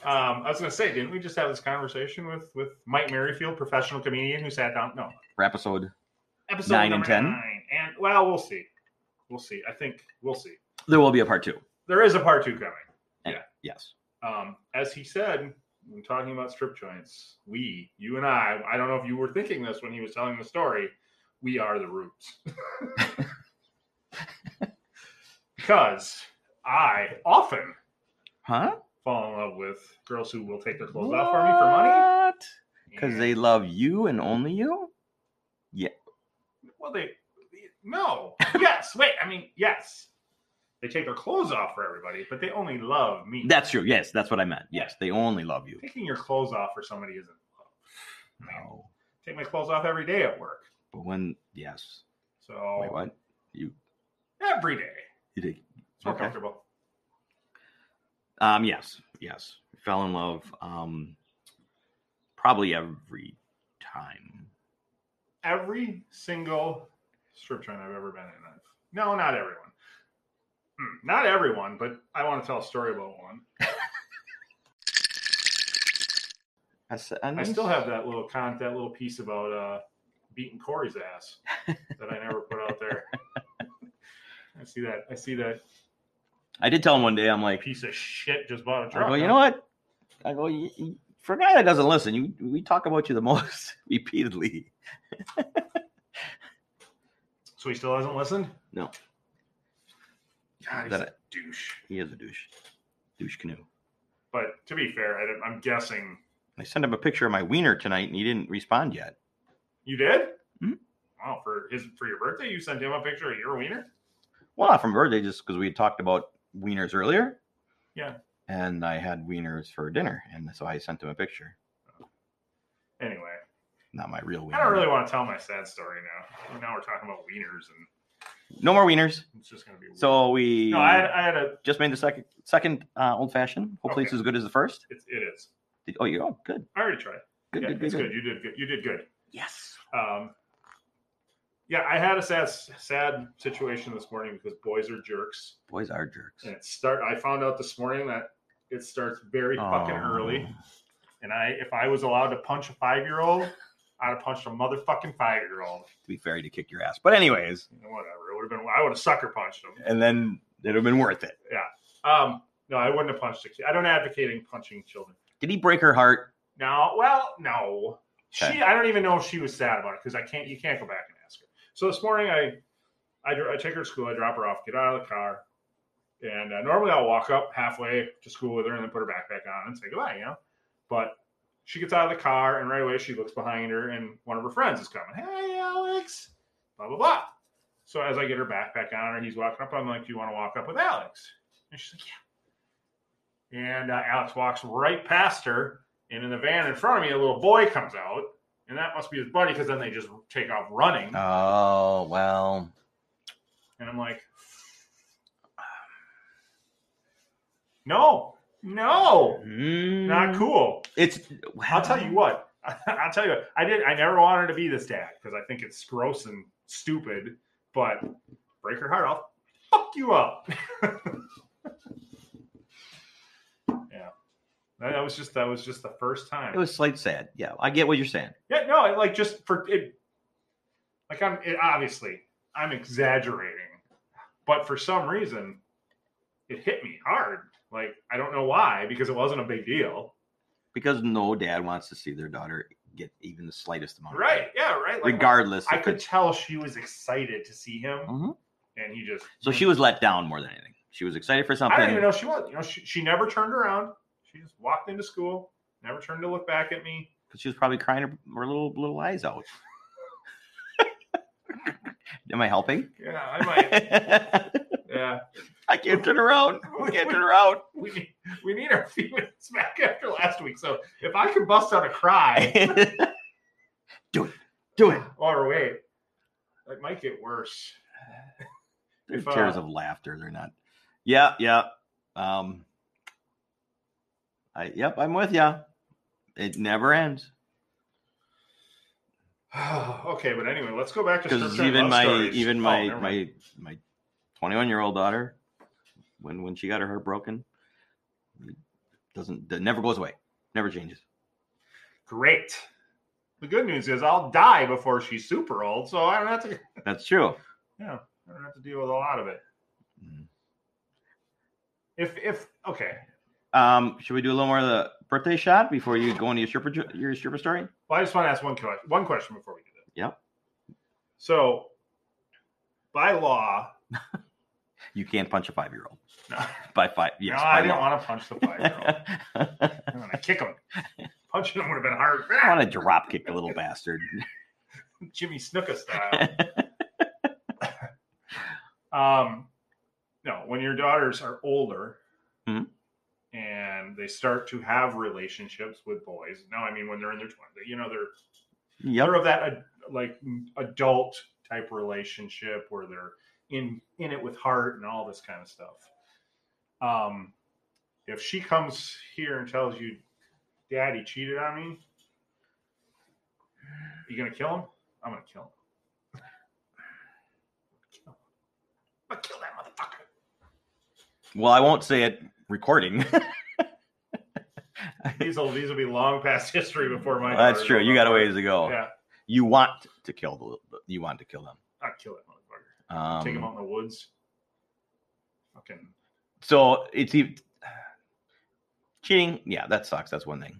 Speaker 3: um, I was going to say, didn't we just have this conversation with with Mike Merrifield, professional comedian, who sat down? No,
Speaker 2: Episode.
Speaker 3: episode
Speaker 2: Nine and
Speaker 3: number
Speaker 2: 10?
Speaker 3: nine. And well, we'll see. We'll see. I think we'll see.
Speaker 2: There will be a part two.
Speaker 3: There is a part two coming.
Speaker 2: Yes.
Speaker 3: Um, as he said, when talking about strip joints, we, you and I, I don't know if you were thinking this when he was telling the story, we are the roots. because I often
Speaker 2: Huh?
Speaker 3: fall in love with girls who will take their clothes off for me for money.
Speaker 2: Because
Speaker 3: and-
Speaker 2: they love you and only you.
Speaker 3: Well, they no. yes. Wait. I mean, yes. They take their clothes off for everybody, but they only love me.
Speaker 2: That's true. Yes, that's what I meant. Yes, they only love you.
Speaker 3: taking your clothes off for somebody isn't love. I mean,
Speaker 2: No,
Speaker 3: take my clothes off every day at work.
Speaker 2: but when yes.
Speaker 3: So
Speaker 2: Wait, what? You
Speaker 3: every day.
Speaker 2: you did.
Speaker 3: It's more
Speaker 2: Okay.
Speaker 3: comfortable.
Speaker 2: Um. Yes. Yes. Fell in love. Um. Probably every time.
Speaker 3: Every single strip joint I've ever been in. I've, no, not everyone. Hmm, not everyone, but I want to tell a story about one.
Speaker 2: I, s-
Speaker 3: I still have that little con, that little piece about uh, beating Corey's ass that I never put out there. I see that. I see that
Speaker 2: I did tell him one day. I'm like,
Speaker 3: piece of shit just bought a
Speaker 2: I
Speaker 3: truck.
Speaker 2: go, you
Speaker 3: huh?
Speaker 2: know what? I go, "You- you- for a guy that doesn't listen, you we talk about you the most repeatedly.
Speaker 3: So he still hasn't listened.
Speaker 2: No.
Speaker 3: God, he's
Speaker 2: That
Speaker 3: a
Speaker 2: I-
Speaker 3: douche.
Speaker 2: He is a douche. Douche canoe.
Speaker 3: But to be fair, I don't- I'm guessing
Speaker 2: I sent him a picture of my wiener tonight, and he didn't respond yet.
Speaker 3: you did.
Speaker 2: Mhm.
Speaker 3: Wow, for his for your birthday, you sent him a picture of your wiener.
Speaker 2: Well, not from birthday, just because we had talked about wieners earlier.
Speaker 3: Yeah.
Speaker 2: And I had wieners for dinner, and so I sent him a picture.
Speaker 3: Anyway,
Speaker 2: Not my real wiener.
Speaker 3: I don't really want to tell my sad story now. Now we're talking about wieners, and
Speaker 2: No more wieners.
Speaker 3: it's just gonna be weird.
Speaker 2: So we
Speaker 3: No, I had, I had a.
Speaker 2: just made the second second uh, old fashioned. Hopefully, it's
Speaker 3: Okay.
Speaker 2: as good as the first.
Speaker 3: It, it is.
Speaker 2: Did, oh, you oh, good,
Speaker 3: I already tried. it.
Speaker 2: good,
Speaker 3: yeah,
Speaker 2: good, good,
Speaker 3: it's
Speaker 2: good.
Speaker 3: good. You did good. You did good.
Speaker 2: Yes.
Speaker 3: Um, yeah, I had a sad, sad situation this morning because boys are jerks,
Speaker 2: Boys are jerks.
Speaker 3: and it start. I found out this morning that it starts very fucking
Speaker 2: Oh.
Speaker 3: early, and I, if I was allowed to punch a five year old, I'd have punched a motherfucking five year old.
Speaker 2: To be fair, he'd have kicked your ass. But anyways,
Speaker 3: Whatever. It would have been. I would have sucker punched him.
Speaker 2: and then it'd have been worth it.
Speaker 3: Um, no, I wouldn't have punched a kid. I don't advocating punching children.
Speaker 2: Did he break her heart?
Speaker 3: No, well, no.
Speaker 2: Okay.
Speaker 3: She, I don't even know if she was sad about it because I can't. You can't go back and ask her. So this morning, I, I, dr- I take her to school. I drop her off. Get out of the car, and uh, normally I'll walk up halfway to school with her and then put her backpack on and say goodbye. You know, but she gets out of the car and right away she looks behind her and one of her friends is coming. Hey, Alex. Blah blah blah. So as I get her backpack on her, he's walking up. I'm like, Do you want to walk up with Alex? And she's like, Yeah. And uh, Alex walks right past her and in the van in front of me, a little boy comes out, and that must be his buddy because then they just take off running.
Speaker 2: Oh well.
Speaker 3: and I'm like, um, no, no, not cool.
Speaker 2: Hmm. It's.
Speaker 3: I'll tell you what. I'll tell you. What, I did. I never wanted to be this dad because I think it's gross and stupid. But break her heart, I'll fuck you up. yeah, that, that was just that was just the first time.
Speaker 2: It was slight sad. Yeah, I get what you're saying.
Speaker 3: Yeah, no, it, like just for it, like I'm it, obviously I'm exaggerating, but for some reason, it hit me hard. Like I don't know why, because it wasn't a big deal,
Speaker 2: Because no dad wants to see their daughter get even the slightest amount. of
Speaker 3: right?
Speaker 2: credit,
Speaker 3: Yeah, right. Like,
Speaker 2: regardless,
Speaker 3: I
Speaker 2: if
Speaker 3: could
Speaker 2: it's-
Speaker 3: tell she was excited to see him,
Speaker 2: Mhm.
Speaker 3: and he just
Speaker 2: So she was let down more than anything. She was excited for
Speaker 3: Mm-hmm. I
Speaker 2: something.
Speaker 3: don't even know she was. You know, she, she never turned around. She just walked into school, never turned to look back at me.
Speaker 2: But she was probably crying her, her little little eyes out. Am I helping?
Speaker 3: Yeah, I might.
Speaker 2: I
Speaker 3: yeah,
Speaker 2: can't turn around. I can't turn around.
Speaker 3: we need, we need our few minutes back after last week. So if I could bust out a cry.
Speaker 2: do it. Do it.
Speaker 3: Or wait, it might get worse.
Speaker 2: They're
Speaker 3: If, uh,
Speaker 2: tears of laughter. They're not. Yeah, yeah. Um. I yep. I'm with ya. It never ends
Speaker 3: okay, but anyway, let's go back to
Speaker 2: because
Speaker 3: scripture and
Speaker 2: even
Speaker 3: love
Speaker 2: my
Speaker 3: stories.
Speaker 2: even
Speaker 3: Oh,
Speaker 2: my
Speaker 3: never mind.
Speaker 2: my my 21 year old daughter when when she got her heart broken doesn't that never goes away never changes
Speaker 3: great. The good news is I'll die before she's super old, so I don't have to.
Speaker 2: that's true
Speaker 3: Yeah, I don't have to deal with a lot of it. Mm-hmm. If if okay,
Speaker 2: um should we do a little more of the birthday shot before you go into your stripper jo- your stripper story
Speaker 3: well, I just want to ask one question. One question before we do that.
Speaker 2: Yep.
Speaker 3: So, by law,
Speaker 2: you can't punch a five-year-old
Speaker 3: no,
Speaker 2: by five yes
Speaker 3: no,
Speaker 2: by
Speaker 3: I didn't
Speaker 2: law.
Speaker 3: want to punch the five year old. I'm gonna kick him. Punching him would have been hard.
Speaker 2: I want to drop kick the little bastard.
Speaker 3: Jimmy Snuka style. um, no, when your daughters are older
Speaker 2: Mhm.
Speaker 3: and they start to have relationships with boys. No, I mean when they're in their twenties, you know, they're
Speaker 2: Yep.
Speaker 3: they're of that ad- like adult type relationship where they're in in it with heart and all this kind of stuff. Um, if she comes here and tells you, "Daddy cheated on me," you gonna kill him? I'm gonna kill him. Kill him. I'm gonna kill that motherfucker.
Speaker 2: Well, I won't say it recording.
Speaker 3: These will these will be long past history before my.
Speaker 2: That's
Speaker 3: daughters
Speaker 2: true. You
Speaker 3: will
Speaker 2: got a
Speaker 3: know.
Speaker 2: ways to go.
Speaker 3: Yeah,
Speaker 2: You want to kill the you want to kill them.
Speaker 3: I'll kill that motherfucker.
Speaker 2: Um,
Speaker 3: Take him out in the woods. Fucking
Speaker 2: So it's even cheating. Yeah, that sucks. That's one thing.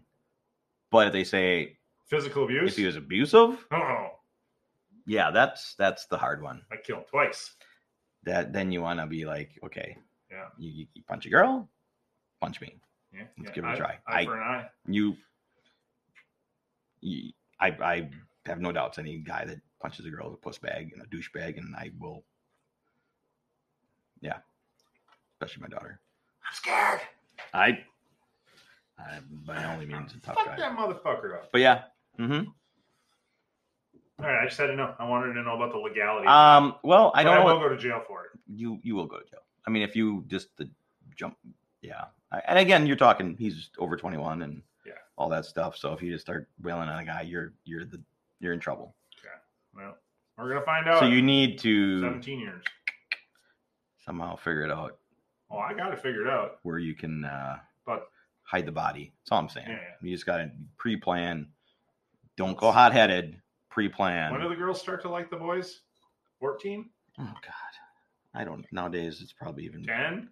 Speaker 2: But if they say
Speaker 3: physical abuse.
Speaker 2: if he was abusive,
Speaker 3: Oh,
Speaker 2: yeah, that's that's the hard one.
Speaker 3: I killed twice.
Speaker 2: That then you want to be like, okay,
Speaker 3: Yeah.
Speaker 2: you, you- you punch a girl, punch me.
Speaker 3: Yeah,
Speaker 2: Let's
Speaker 3: yeah,
Speaker 2: give it a
Speaker 3: eye-
Speaker 2: try.
Speaker 3: Eye
Speaker 2: I-
Speaker 3: for an eye.
Speaker 2: You, you I, I have no doubts any guy that punches a girl is a puss bag and a douchebag, and I will. Yeah, especially my daughter.
Speaker 3: I'm scared.
Speaker 2: I, I by all means a tough
Speaker 3: Fuck
Speaker 2: guy.
Speaker 3: that motherfucker up.
Speaker 2: But yeah, mm-hmm.
Speaker 3: All right, I just had to know. I wanted to know about the legality. of it.
Speaker 2: um, well, I
Speaker 3: But
Speaker 2: don't know.
Speaker 3: I
Speaker 2: what-
Speaker 3: will go to jail for it.
Speaker 2: you you will go to jail. I mean, if you just the jump, yeah. I, and again, you're talking he's over 21 and
Speaker 3: Yeah.
Speaker 2: all that stuff. So if you just start wailing on a guy, you're you're the you're in trouble.
Speaker 3: Well, we're gonna find out.
Speaker 2: So you need to
Speaker 3: seventeen years.
Speaker 2: somehow figure it out
Speaker 3: Oh, I got it figured out.
Speaker 2: where you can uh,
Speaker 3: But-
Speaker 2: hide the body. That's all I'm saying.
Speaker 3: Yeah, yeah.
Speaker 2: You just got to pre-plan. Don't go hot-headed. Pre-plan.
Speaker 3: when do the girls start to like the boys? 14?
Speaker 2: oh God, I don't. Nowadays, it's probably even
Speaker 3: 10?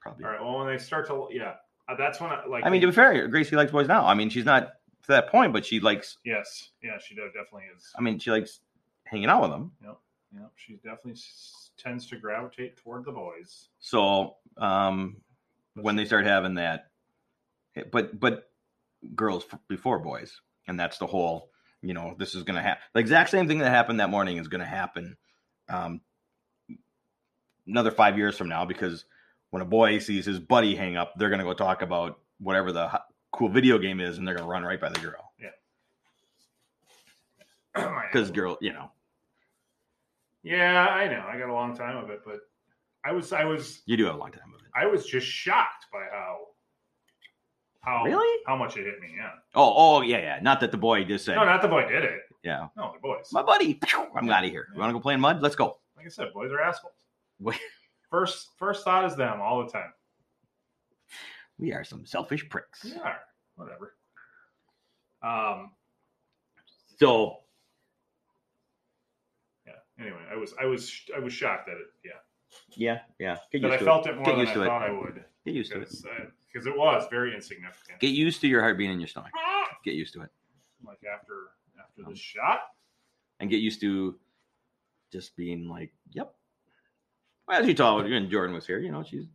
Speaker 2: probably.
Speaker 3: All right. Well, when they start to, yeah, Uh, that's when I like.
Speaker 2: I mean, to be fair, Gracie likes boys now. I mean, she's not to that point, but she likes.
Speaker 3: yes, yeah, she de- definitely is.
Speaker 2: I mean, she likes hanging out with them.
Speaker 3: Yeah, she definitely s- tends to gravitate toward the boys.
Speaker 2: So um, when they start having that, but but girls f- before boys, and that's the whole you know this is gonna happen. The exact same thing that happened that morning is gonna happen um, another five years from now because when a boy sees his buddy hang up, they're gonna go talk about whatever the hot, cool video game is, and they're gonna run right by the girl
Speaker 3: My
Speaker 2: because
Speaker 3: asshole.
Speaker 2: girl, you know,
Speaker 3: Yeah, I know. I got a long time of it, but I was, I was,
Speaker 2: you do have a long time of it.
Speaker 3: I was just shocked by how, how
Speaker 2: Really?
Speaker 3: how much it hit me. Yeah.
Speaker 2: Oh, oh yeah, yeah. Not that the boy just said,
Speaker 3: No, not the boy did it.
Speaker 2: yeah,
Speaker 3: No, the boys.
Speaker 2: my buddy. pew, I'm out of here. You want to go play in mud? Let's go.
Speaker 3: Like I said, boys are assholes.
Speaker 2: What?
Speaker 3: First, first thought is them all the time.
Speaker 2: We are some selfish pricks.
Speaker 3: Yeah, whatever. Um.
Speaker 2: So
Speaker 3: Yeah. Anyway, I was, I was, I was shocked at it. Yeah.
Speaker 2: yeah, yeah. Get
Speaker 3: But I
Speaker 2: to
Speaker 3: felt it more
Speaker 2: Get
Speaker 3: than I
Speaker 2: used to it.
Speaker 3: thought I would
Speaker 2: Get used to it.
Speaker 3: because because it was very insignificant.
Speaker 2: Get used to your heart being in your stomach. Get used to it,
Speaker 3: Like after after
Speaker 2: Um,
Speaker 3: the shot,
Speaker 2: and get used to just being like, "Yep." Well, as you told when Jordan was here, you know, she's.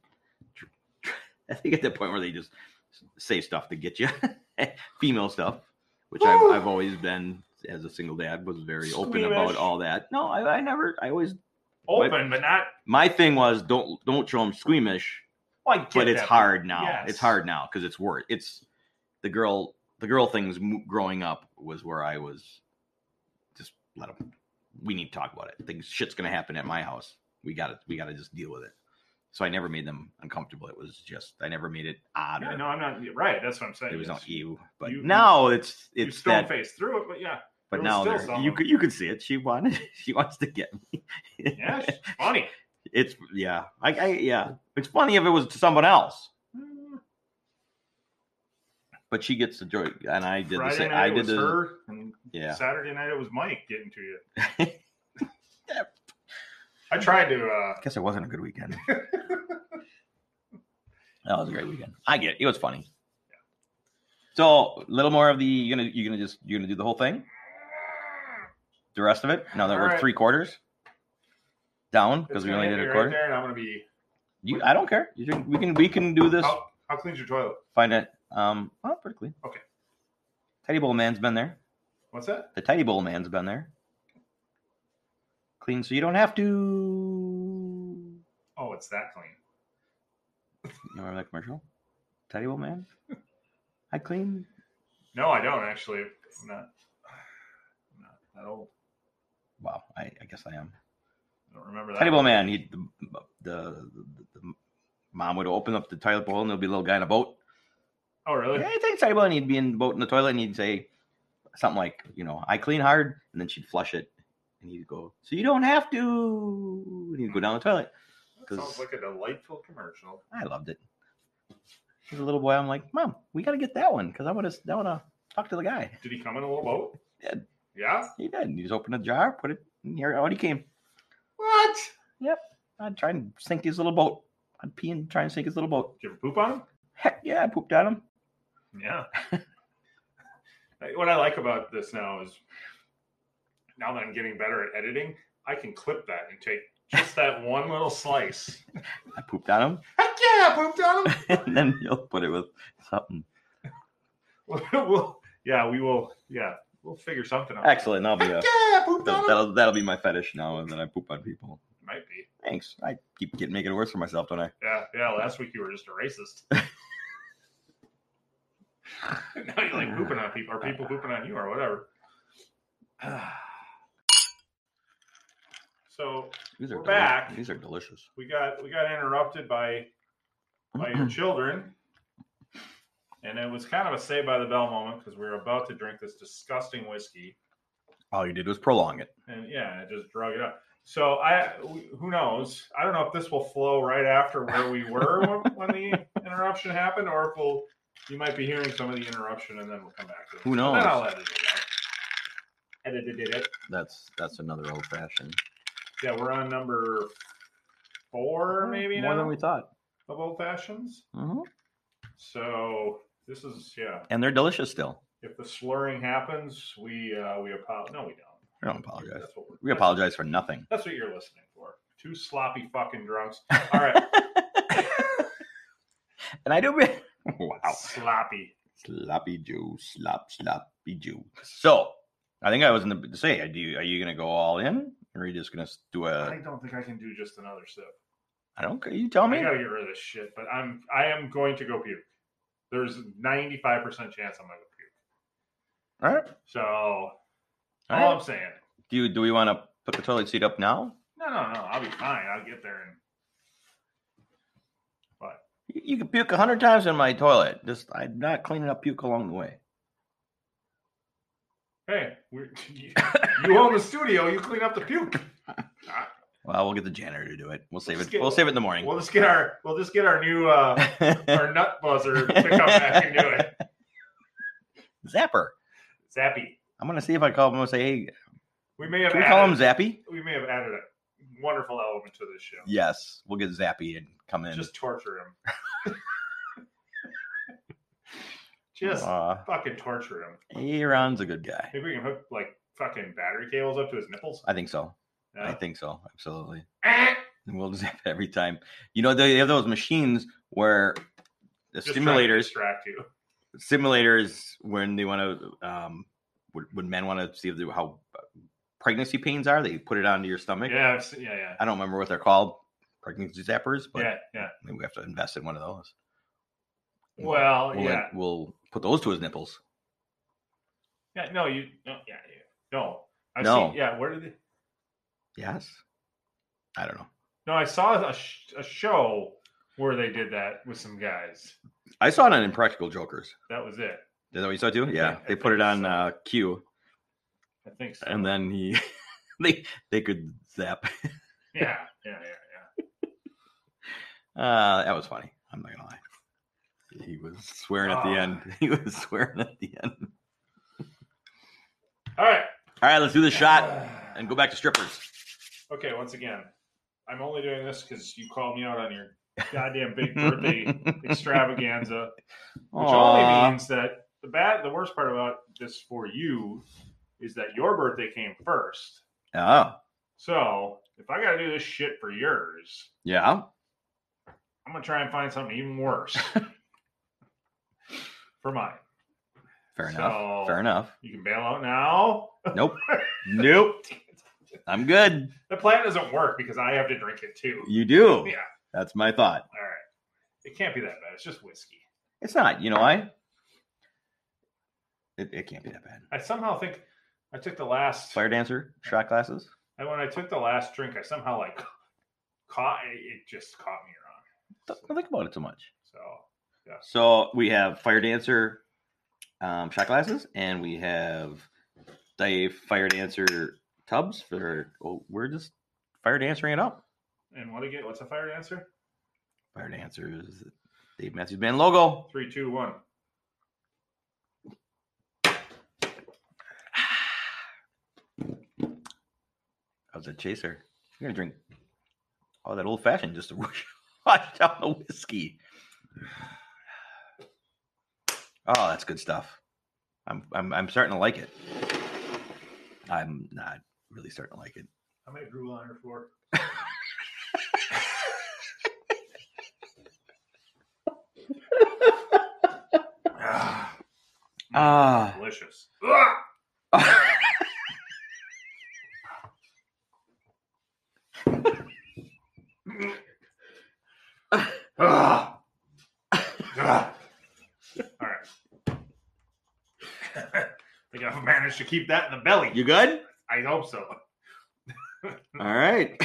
Speaker 2: I think at that point where they just say stuff to get you, female stuff, which I've,
Speaker 3: Woo.
Speaker 2: I've always been as a single dad was very open about
Speaker 3: Squeamish.
Speaker 2: all that. No, I, I never. I always
Speaker 3: open but not.
Speaker 2: my thing was don't don't show them squeamish
Speaker 3: Oh, I get
Speaker 2: but it's
Speaker 3: that.
Speaker 2: hard now.
Speaker 3: Yes.
Speaker 2: It's hard now because it's worth. It's the girl. The girl things mo- growing up was where I was. Just let them. We need to talk about it. Things shit's gonna happen at my house. We got to We got to just deal with it. So I never made them uncomfortable. It was just I never made it odd.
Speaker 3: Yeah,
Speaker 2: or
Speaker 3: no, I'm not you're right. That's what I'm saying.
Speaker 2: it was
Speaker 3: Yes.
Speaker 2: not you. But
Speaker 3: You-
Speaker 2: now it's
Speaker 3: You
Speaker 2: it's
Speaker 3: stone
Speaker 2: that.
Speaker 3: face through it, but yeah,
Speaker 2: But
Speaker 3: was
Speaker 2: now
Speaker 3: still
Speaker 2: they're- you
Speaker 3: something.
Speaker 2: could you could see it. She wanted. She wants to get me.
Speaker 3: yeah, it's funny.
Speaker 2: it's yeah. I, I yeah. It's funny if it was to someone else.
Speaker 3: Mm,
Speaker 2: but she gets the joy, and I did
Speaker 3: Friday
Speaker 2: the same.
Speaker 3: night
Speaker 2: I
Speaker 3: it
Speaker 2: did
Speaker 3: was
Speaker 2: the
Speaker 3: her, and
Speaker 2: yeah.
Speaker 3: Saturday night it was Mike getting to you.
Speaker 2: I
Speaker 3: I tried to. uh
Speaker 2: guess it wasn't a good weekend. that was a great weekend. I get it. It was funny. So a little more of the you gonna you gonna just you gonna do the whole thing, the rest of it. Now that
Speaker 3: All
Speaker 2: we're
Speaker 3: right.
Speaker 2: three quarters down
Speaker 3: it's
Speaker 2: because we
Speaker 3: gonna
Speaker 2: only
Speaker 3: hit
Speaker 2: did
Speaker 3: me
Speaker 2: a
Speaker 3: right
Speaker 2: quarter.
Speaker 3: there, and I'm gonna be.
Speaker 2: you, I don't care. You can, we can we can do this.
Speaker 3: How, how clean's your toilet?
Speaker 2: Find it. Um, well, pretty clean.
Speaker 3: Oh. Okay.
Speaker 2: Tidy bowl man's been there.
Speaker 3: What's that?
Speaker 2: The tidy bowl man's been there. Clean, so you don't have to.
Speaker 3: Oh, it's that clean.
Speaker 2: You remember that commercial? Teddy Old Man? I clean.
Speaker 3: No, I don't actually. I'm not. I'm not that old.
Speaker 2: Wow, I, I guess I am.
Speaker 3: I don't remember that.
Speaker 2: Teddy Old Man, he, the, the, the, the mom would open up the toilet bowl and there'll be a little guy in a boat.
Speaker 3: Oh, really?
Speaker 2: Hey, thanks, Teddy Bowl. And he'd be in the boat in the toilet and he'd say something like, you know, I clean hard. And then she'd flush it and he'd go, so you don't have to. And he'd go down the toilet.
Speaker 3: That
Speaker 2: 'Cause-
Speaker 3: sounds like a delightful commercial.
Speaker 2: I loved it. As a little boy, I'm like, Mom, we got to get that one because I want to I wanna talk to the guy.
Speaker 3: Did he come in a little boat?
Speaker 2: Yeah.
Speaker 3: Yeah.
Speaker 2: He did. He just opened a jar, put it in here. Out he came.
Speaker 3: What?
Speaker 2: I'd try and sink his little boat. I'd pee and try and sink his little boat.
Speaker 3: Did you ever poop on him?
Speaker 2: Heck yeah, I pooped on him.
Speaker 3: Yeah. Like, what I like about this now is now that I'm getting better at editing, I can clip that and take Just that one little slice.
Speaker 2: I pooped on
Speaker 3: Heck yeah, pooped on him.
Speaker 2: him, and then you'll put it with something.
Speaker 3: we'll, yeah, we will. Yeah, we'll figure something out.
Speaker 2: Excellent. That'll be a,
Speaker 3: Heck yeah, pooped on
Speaker 2: that'll,
Speaker 3: him.
Speaker 2: that'll that'll be my fetish now, and then I poop on people.
Speaker 3: Might be.
Speaker 2: Thanks. I keep getting making it worse for myself, don't I?
Speaker 3: Yeah, yeah. Last week you were just a racist. now you like pooping on people, or people pooping on you, or whatever. So
Speaker 2: These are
Speaker 3: We're
Speaker 2: deli-
Speaker 3: back.
Speaker 2: These are delicious.
Speaker 3: we got we got interrupted by by your children, and it was kind of a say by the bell moment because we were about to drink this disgusting whiskey.
Speaker 2: All you did was prolong it.
Speaker 3: and yeah, I just drug it up. So I, who knows? I don't know if this will flow right after where we were when, when the interruption happened, or if we'll, you might be hearing some of the interruption, and then we'll come back to it.
Speaker 2: Who
Speaker 3: And then
Speaker 2: knows?
Speaker 3: I'll edit it out. Edited it.
Speaker 2: That's that's another old fashioned.
Speaker 3: Yeah, we're on number four, maybe
Speaker 2: more
Speaker 3: now,
Speaker 2: than we thought.
Speaker 3: of old fashions.
Speaker 2: Mhm.
Speaker 3: So this is yeah.
Speaker 2: And they're delicious still.
Speaker 3: If the slurring happens, we uh, we apologize. No, we don't.
Speaker 2: I don't apologize.
Speaker 3: That's what we're.
Speaker 2: We apologize for nothing.
Speaker 3: That's what you're listening for. Two sloppy fucking drunks. All right.
Speaker 2: And I do. Be- wow.
Speaker 3: Sloppy.
Speaker 2: Sloppy Joe, slop, sloppy Joe. So I think I was going to say, do you, are you going to go all in, or are you just going to do
Speaker 3: I
Speaker 2: a?
Speaker 3: don't think I can do just another sip.
Speaker 2: I don't care. You tell
Speaker 3: I
Speaker 2: me.
Speaker 3: gotta get rid of this shit, but I'm I am going to go puke. There's 95 percent chance I'm gonna go puke.
Speaker 2: All right.
Speaker 3: So all
Speaker 2: All right.
Speaker 3: Oh, I'm saying,
Speaker 2: Do you, do we want to put the toilet seat up now?
Speaker 3: no, no, no, I'll be fine. I'll get there and but
Speaker 2: You, you can puke a hundred times in my toilet. Just I'm not cleaning up puke along the way.
Speaker 3: hey, we're, you, you own the studio. You clean up the puke.
Speaker 2: Well, we'll get the janitor to do it. We'll save
Speaker 3: Let's
Speaker 2: it.
Speaker 3: get-
Speaker 2: We'll save it in the morning.
Speaker 3: We'll just get our we'll just get our new uh, our nut buzzer to come back and do it.
Speaker 2: Zapper.
Speaker 3: Zappy.
Speaker 2: I'm gonna see if I call him and say, "Hey,
Speaker 3: We may have
Speaker 2: can we
Speaker 3: added,
Speaker 2: call him Zappy?"
Speaker 3: we may have added a wonderful element to this show.
Speaker 2: Yes, we'll get Zappy and come in.
Speaker 3: Just torture him. Just
Speaker 2: Aw,
Speaker 3: fucking torture him.
Speaker 2: Aaron's a good guy.
Speaker 3: Maybe we can hook like fucking battery cables up to his nipples.
Speaker 2: I think so. I
Speaker 3: Yeah.
Speaker 2: think so. Absolutely.
Speaker 3: Eh,
Speaker 2: And we'll zap it every time. You know, they have those machines where the
Speaker 3: just trying to
Speaker 2: simulators,
Speaker 3: distract you.
Speaker 2: simulators, when they want to, um, when, when men want to see if they, how pregnancy pains are, they put it onto your stomach.
Speaker 3: Yeah, I've seen, yeah, yeah,
Speaker 2: I don't remember what they're called, pregnancy zappers, but
Speaker 3: yeah, yeah.
Speaker 2: maybe we have to invest in one of those.
Speaker 3: Well,
Speaker 2: we'll,
Speaker 3: yeah,
Speaker 2: we'll put those to his nipples.
Speaker 3: yeah. No, you, no, yeah, yeah. no. I've
Speaker 2: No.
Speaker 3: seen, yeah. Where did they?
Speaker 2: Yes. I don't know.
Speaker 3: No, I saw a, sh- a show where they did that with some guys.
Speaker 2: I saw it on Impractical Jokers.
Speaker 3: That was it.
Speaker 2: Is that what you saw too?
Speaker 3: Yeah,
Speaker 2: Yeah.
Speaker 3: I
Speaker 2: They put it
Speaker 3: think
Speaker 2: on
Speaker 3: so.
Speaker 2: uh, Q
Speaker 3: I think so.
Speaker 2: and then he they they could zap.
Speaker 3: yeah, yeah, yeah, yeah.
Speaker 2: Uh, that was funny. I'm not gonna lie. He was swearing at the
Speaker 3: Ah.
Speaker 2: end. He was swearing at the end.
Speaker 3: All right.
Speaker 2: All right, let's do the shot and go back to strippers.
Speaker 3: Okay, once again, I'm only doing this because you called me out on your goddamn big birthday extravaganza, which
Speaker 2: Aw.
Speaker 3: only means that the bad, the worst part about this for you is that your birthday came first.
Speaker 2: Oh,
Speaker 3: So if I got to do this shit for yours,
Speaker 2: yeah.
Speaker 3: I'm gonna try and find something even worse for mine.
Speaker 2: Fair enough.
Speaker 3: So-
Speaker 2: Fair enough.
Speaker 3: You can bail out now.
Speaker 2: Nope. nope. I'm good.
Speaker 3: The plan doesn't work because I have to drink it too.
Speaker 2: You do.
Speaker 3: Yeah.
Speaker 2: That's my thought.
Speaker 3: All right. It can't be that bad. It's just whiskey.
Speaker 2: It's not. You know why? It, it can't be that bad.
Speaker 3: I somehow think I took the last
Speaker 2: Fire dancer, shot glasses.
Speaker 3: And when I took the last drink, I somehow like caught it, it just caught me wrong.
Speaker 2: Don't don't think about it too much.
Speaker 3: So
Speaker 2: So we have Fire Dancer um, shot glasses, and we have the Fire Dancer tubs for. Well, we're just Fire Dancering it up.
Speaker 3: and what again? What's a fire dancer?
Speaker 2: Fire Dancer is Dave Matthews Band logo.
Speaker 3: Three, two, one.
Speaker 2: I was a chaser. You're gonna drink all that old fashioned just to wash wash down the whiskey. Oh, that's good stuff. I'm I'm I'm starting to like it. I'm not really starting to like it.
Speaker 3: How many drool on your floor?
Speaker 2: Ah.
Speaker 3: Delicious. Ugh! Ugh. Ugh. All right. I think I've managed to keep that in the belly.
Speaker 2: you good?
Speaker 3: I hope so.
Speaker 2: All right.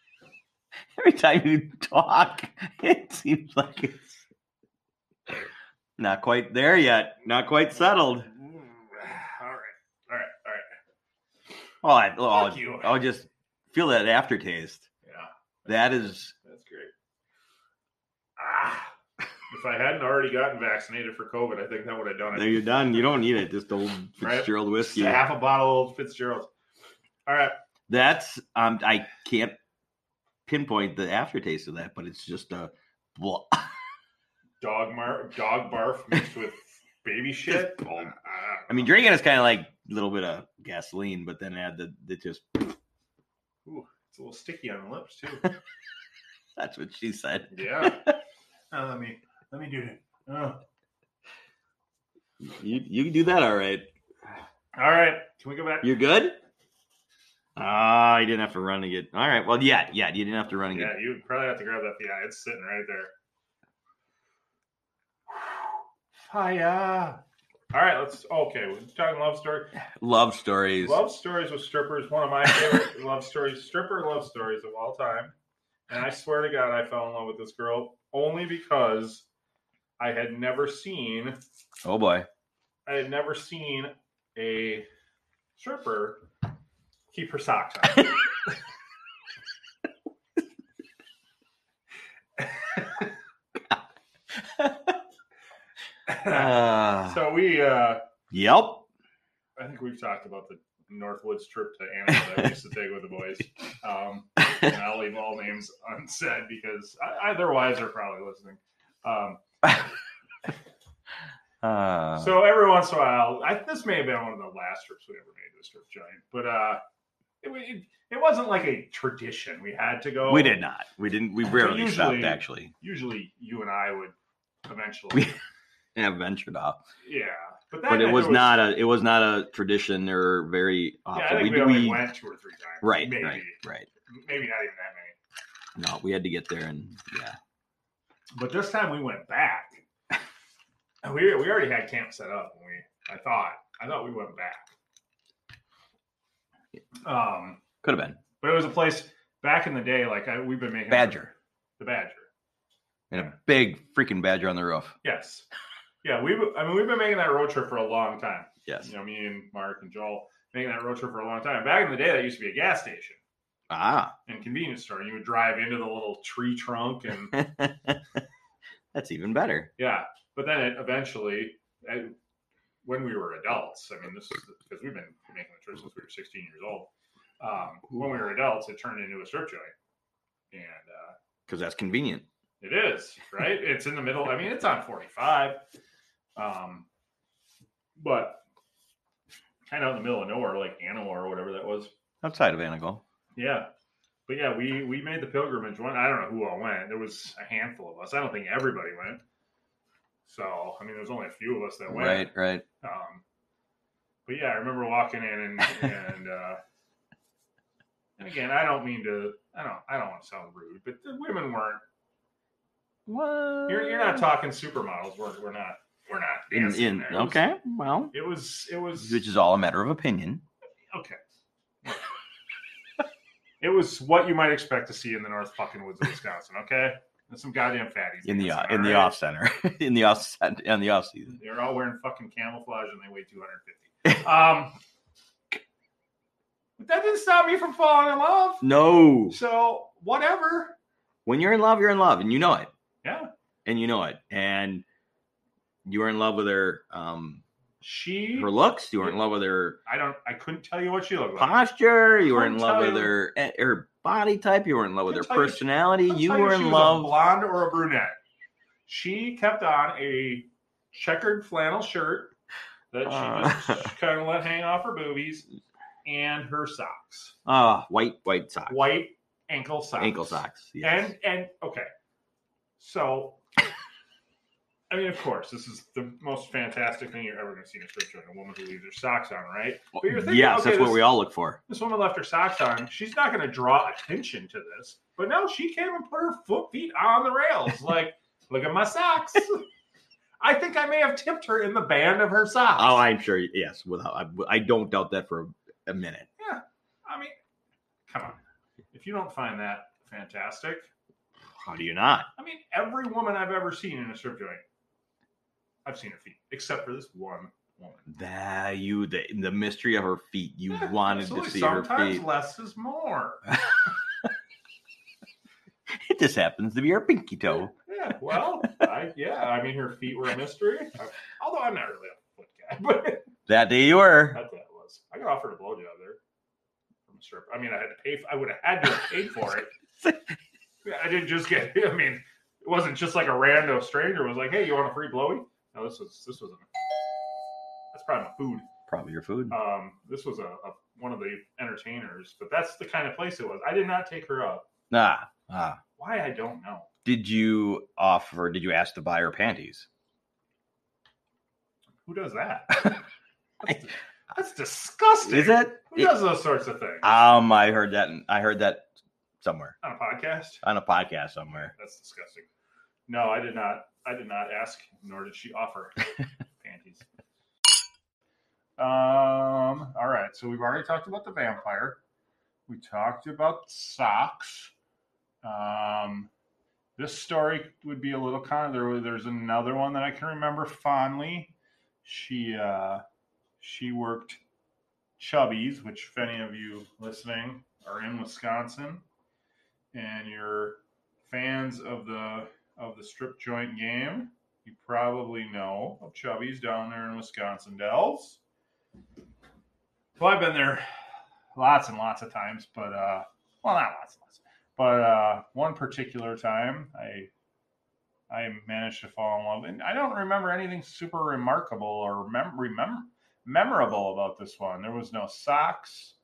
Speaker 2: Every time you talk, it seems like it's not quite there yet. Not quite settled.
Speaker 3: All right. All right. All right.
Speaker 2: Well, Oh, I, well,
Speaker 3: Fuck you.
Speaker 2: I'll, I'll just feel that aftertaste.
Speaker 3: Yeah.
Speaker 2: oh, That is
Speaker 3: That's great. Ah, if I hadn't already gotten vaccinated for COVID, I think that would have done it.
Speaker 2: there. You're done. You don't need it. Just old
Speaker 3: Right.
Speaker 2: Fitzgerald
Speaker 3: Just
Speaker 2: whiskey.
Speaker 3: a half a bottle of Fitzgerald. All right.
Speaker 2: That's um. I can't pinpoint the aftertaste of that, but it's just a. Blah.
Speaker 3: Dog, mar- dog barf mixed with baby shit.
Speaker 2: Just boom.
Speaker 3: Ah,
Speaker 2: I mean, drinking is kind of like a little bit of gasoline, but then add the, the just.
Speaker 3: ooh, it's a little sticky on the lips, too.
Speaker 2: That's what she said.
Speaker 3: yeah. Uh, let me let me do it. Uh,
Speaker 2: You you can do that all right.
Speaker 3: all right. Can we go back?
Speaker 2: You're good. Ah, you didn't have to run again. All right. Well, yeah, yeah, you didn't have to run again.
Speaker 3: yeah, you would probably have to grab that. Yeah, it's sitting right there. Fire. All right, let's. Okay, we're talking love story.
Speaker 2: Love stories.
Speaker 3: Love stories with strippers. One of my favorite love stories, stripper love stories of all time. And I swear to God, I fell in love with this girl only because I had never seen
Speaker 2: Oh boy.
Speaker 3: I had never seen a stripper keep her socks on.
Speaker 2: Ah.
Speaker 3: so we, uh,
Speaker 2: yep.
Speaker 3: I think we've talked about the Northwoods trip to Anna that we used to take with the boys. Um, and I'll leave all names unsaid because I, their wives are probably listening. Um,
Speaker 2: Ah.
Speaker 3: so every once in a while, I, this may have been one of the last trips we ever made to a strip giant, but uh, it, wa- it, it wasn't like a tradition. We had to go.
Speaker 2: we did not. We didn't. We rarely
Speaker 3: usually-
Speaker 2: stopped actually.
Speaker 3: Usually, you and I would eventually.
Speaker 2: Yeah, ventured off,
Speaker 3: yeah, but, that
Speaker 2: but it
Speaker 3: night
Speaker 2: was not a. It was not a tradition or very
Speaker 3: Yeah, I
Speaker 2: often.
Speaker 3: think we,
Speaker 2: do-
Speaker 3: only went two or three times.
Speaker 2: right,
Speaker 3: maybe,
Speaker 2: right, right.
Speaker 3: maybe not even that many.
Speaker 2: No, we had to get there, and yeah,
Speaker 3: But this time we went back. And we we already had camp set up when we I thought. I thought we went back. Um,
Speaker 2: could have been
Speaker 3: but it was a place back in the day, like I, we've been making
Speaker 2: badger
Speaker 3: The Badger.
Speaker 2: and a big freaking badger on the roof.
Speaker 3: Yes. Yeah, we I mean we've been making that road trip for a long time.
Speaker 2: Yes.
Speaker 3: You know, me and Mark and Joel making that road trip for a long time. Back in the day that used to be a gas station
Speaker 2: Ah,
Speaker 3: and convenience store. You would drive into the little tree trunk and
Speaker 2: that's even better.
Speaker 3: Yeah, but then it eventually, I, when we were adults, I mean, this is because we've been making the trip since we were 16 years old. Um, when we were adults, it turned into a strip joint, and uh,
Speaker 2: because that's convenient.
Speaker 3: it is right. It's in the middle. I mean, it's on 45, um, but kind of out in the middle of nowhere, like Anna or whatever that was.
Speaker 2: Outside of Anago.
Speaker 3: Yeah. But yeah, we we made the pilgrimage one. I don't know who all went. There was a handful of us. I don't think everybody went. So I mean, there was only a few of us that went.
Speaker 2: Right, right.
Speaker 3: Um, but yeah, I remember walking in and and uh, and again, I don't mean to. I don't. I don't want to sound rude, but the women weren't.
Speaker 2: What?
Speaker 3: You're, you're not talking supermodels. We're, we're not. We're not.
Speaker 2: in,
Speaker 3: dancing
Speaker 2: in
Speaker 3: there. It was-
Speaker 2: okay. Well,
Speaker 3: It was. It was.
Speaker 2: which is all a matter of opinion.
Speaker 3: okay. it was what you might expect to see in the North fucking woods of Wisconsin. Okay, and some goddamn fatties
Speaker 2: in the uh,
Speaker 3: dancing,
Speaker 2: in the
Speaker 3: all right?
Speaker 2: off center in the off cent- in the off season.
Speaker 3: They're all wearing fucking camouflage and they weigh 250. um, but that didn't stop me from falling in love.
Speaker 2: No,
Speaker 3: So whatever.
Speaker 2: when you're in love, you're in love, and you know it,
Speaker 3: Yeah.
Speaker 2: and you know it, and you were in love with her um
Speaker 3: She.
Speaker 2: her looks. You were in love with her
Speaker 3: I don't. I couldn't tell you what she looked like.
Speaker 2: posture. You were in
Speaker 3: Couldn't
Speaker 2: love
Speaker 3: tell
Speaker 2: with
Speaker 3: you-
Speaker 2: her eh, her body type. You were in love with her
Speaker 3: Couldn't tell you-
Speaker 2: personality.
Speaker 3: Couldn't
Speaker 2: You
Speaker 3: tell
Speaker 2: were
Speaker 3: she
Speaker 2: in
Speaker 3: was a
Speaker 2: love.
Speaker 3: blonde or a brunette. She kept on a checkered flannel shirt that she
Speaker 2: Uh.
Speaker 3: just kind of let hang off her boobies and her socks,
Speaker 2: Ah, white white socks,
Speaker 3: white ankle socks,
Speaker 2: ankle socks. Yes.
Speaker 3: And and okay, so I mean, of course, this is the most fantastic thing you're ever going to see in a strip joint—a woman who leaves her socks on, right? But you're thinking,
Speaker 2: yes,
Speaker 3: okay,
Speaker 2: that's what
Speaker 3: this-
Speaker 2: we all look for.
Speaker 3: This woman left her socks on. She's not going to draw attention to this, but no, she came and put her foot feet on the rails. Like, look at my socks. I think I may have tipped her in the band of her socks.
Speaker 2: Oh, I'm sure. Yes, without I, I don't doubt that for a, a minute.
Speaker 3: I mean, come on. If you don't find that fantastic,
Speaker 2: How do you not?
Speaker 3: I mean, every woman I've ever seen in a strip joint, I've seen her feet, except for this one woman.
Speaker 2: That you the the mystery of her feet. You
Speaker 3: Yeah,
Speaker 2: wanted
Speaker 3: absolutely.
Speaker 2: to see her
Speaker 3: Sometimes
Speaker 2: feet.
Speaker 3: less is more.
Speaker 2: It just happens to be her pinky toe.
Speaker 3: Yeah, well, I, yeah, I mean, her feet were a mystery. Although I'm not really a foot guy, but
Speaker 2: That day you were.
Speaker 3: that that was. I got offered a blowjob there from a strip. I mean, I had to pay. For, I would have had to have paid for it. Yeah, I didn't just get. I mean, it wasn't just like a rando stranger was like, "Hey, you want a free blowy?" No, this was this was a. That's probably my food.
Speaker 2: Probably your food.
Speaker 3: Um, this was a, a one of the entertainers, but that's the kind of place it was. I did not take her up.
Speaker 2: ah, ah.
Speaker 3: Why I don't know.
Speaker 2: Did you offer? Did you ask to buy her panties?
Speaker 3: Who does that?
Speaker 2: I-
Speaker 3: That's disgusting.
Speaker 2: Is it?
Speaker 3: Who does those sorts of things
Speaker 2: Um, I heard that. in- I heard that somewhere
Speaker 3: on a podcast?
Speaker 2: on a podcast somewhere.
Speaker 3: That's disgusting. No, I did not. I did not ask, nor did she offer panties. Um. All right. So we've already talked about the vampire. We talked about socks. Um, this story would be a little kind of there. was- There's another one that I can remember fondly. She uh, she worked Chubby's, which if any of you listening are in Wisconsin, and you're fans of the of the strip joint game, you probably know of Chubby's down there in Wisconsin Dells. Well, I've been there lots and lots of times, but uh, well, not lots and lots, but uh, one particular time, I I managed to fall in love, and I don't remember anything super remarkable or mem- remember memorable about this one. There was no socks.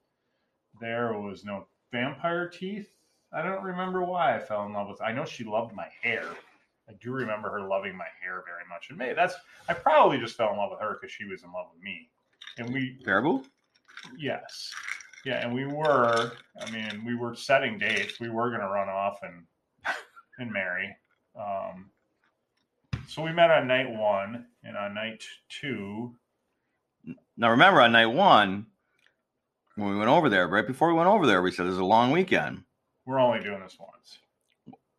Speaker 3: There was no vampire teeth. I don't remember why I fell in love with. I know she loved my hair. I do remember her loving my hair very much, and maybe that's. I probably just fell in love with her because she was in love with me, and we
Speaker 2: Terrible.
Speaker 3: Yes. Yeah, and we were. I mean, we were setting dates. We were going to run off and and marry. Um, so we met on night one, and on night two,
Speaker 2: Now remember on night one when we went over there, right before we went over there, we said there's a long weekend.
Speaker 3: we're only doing this once.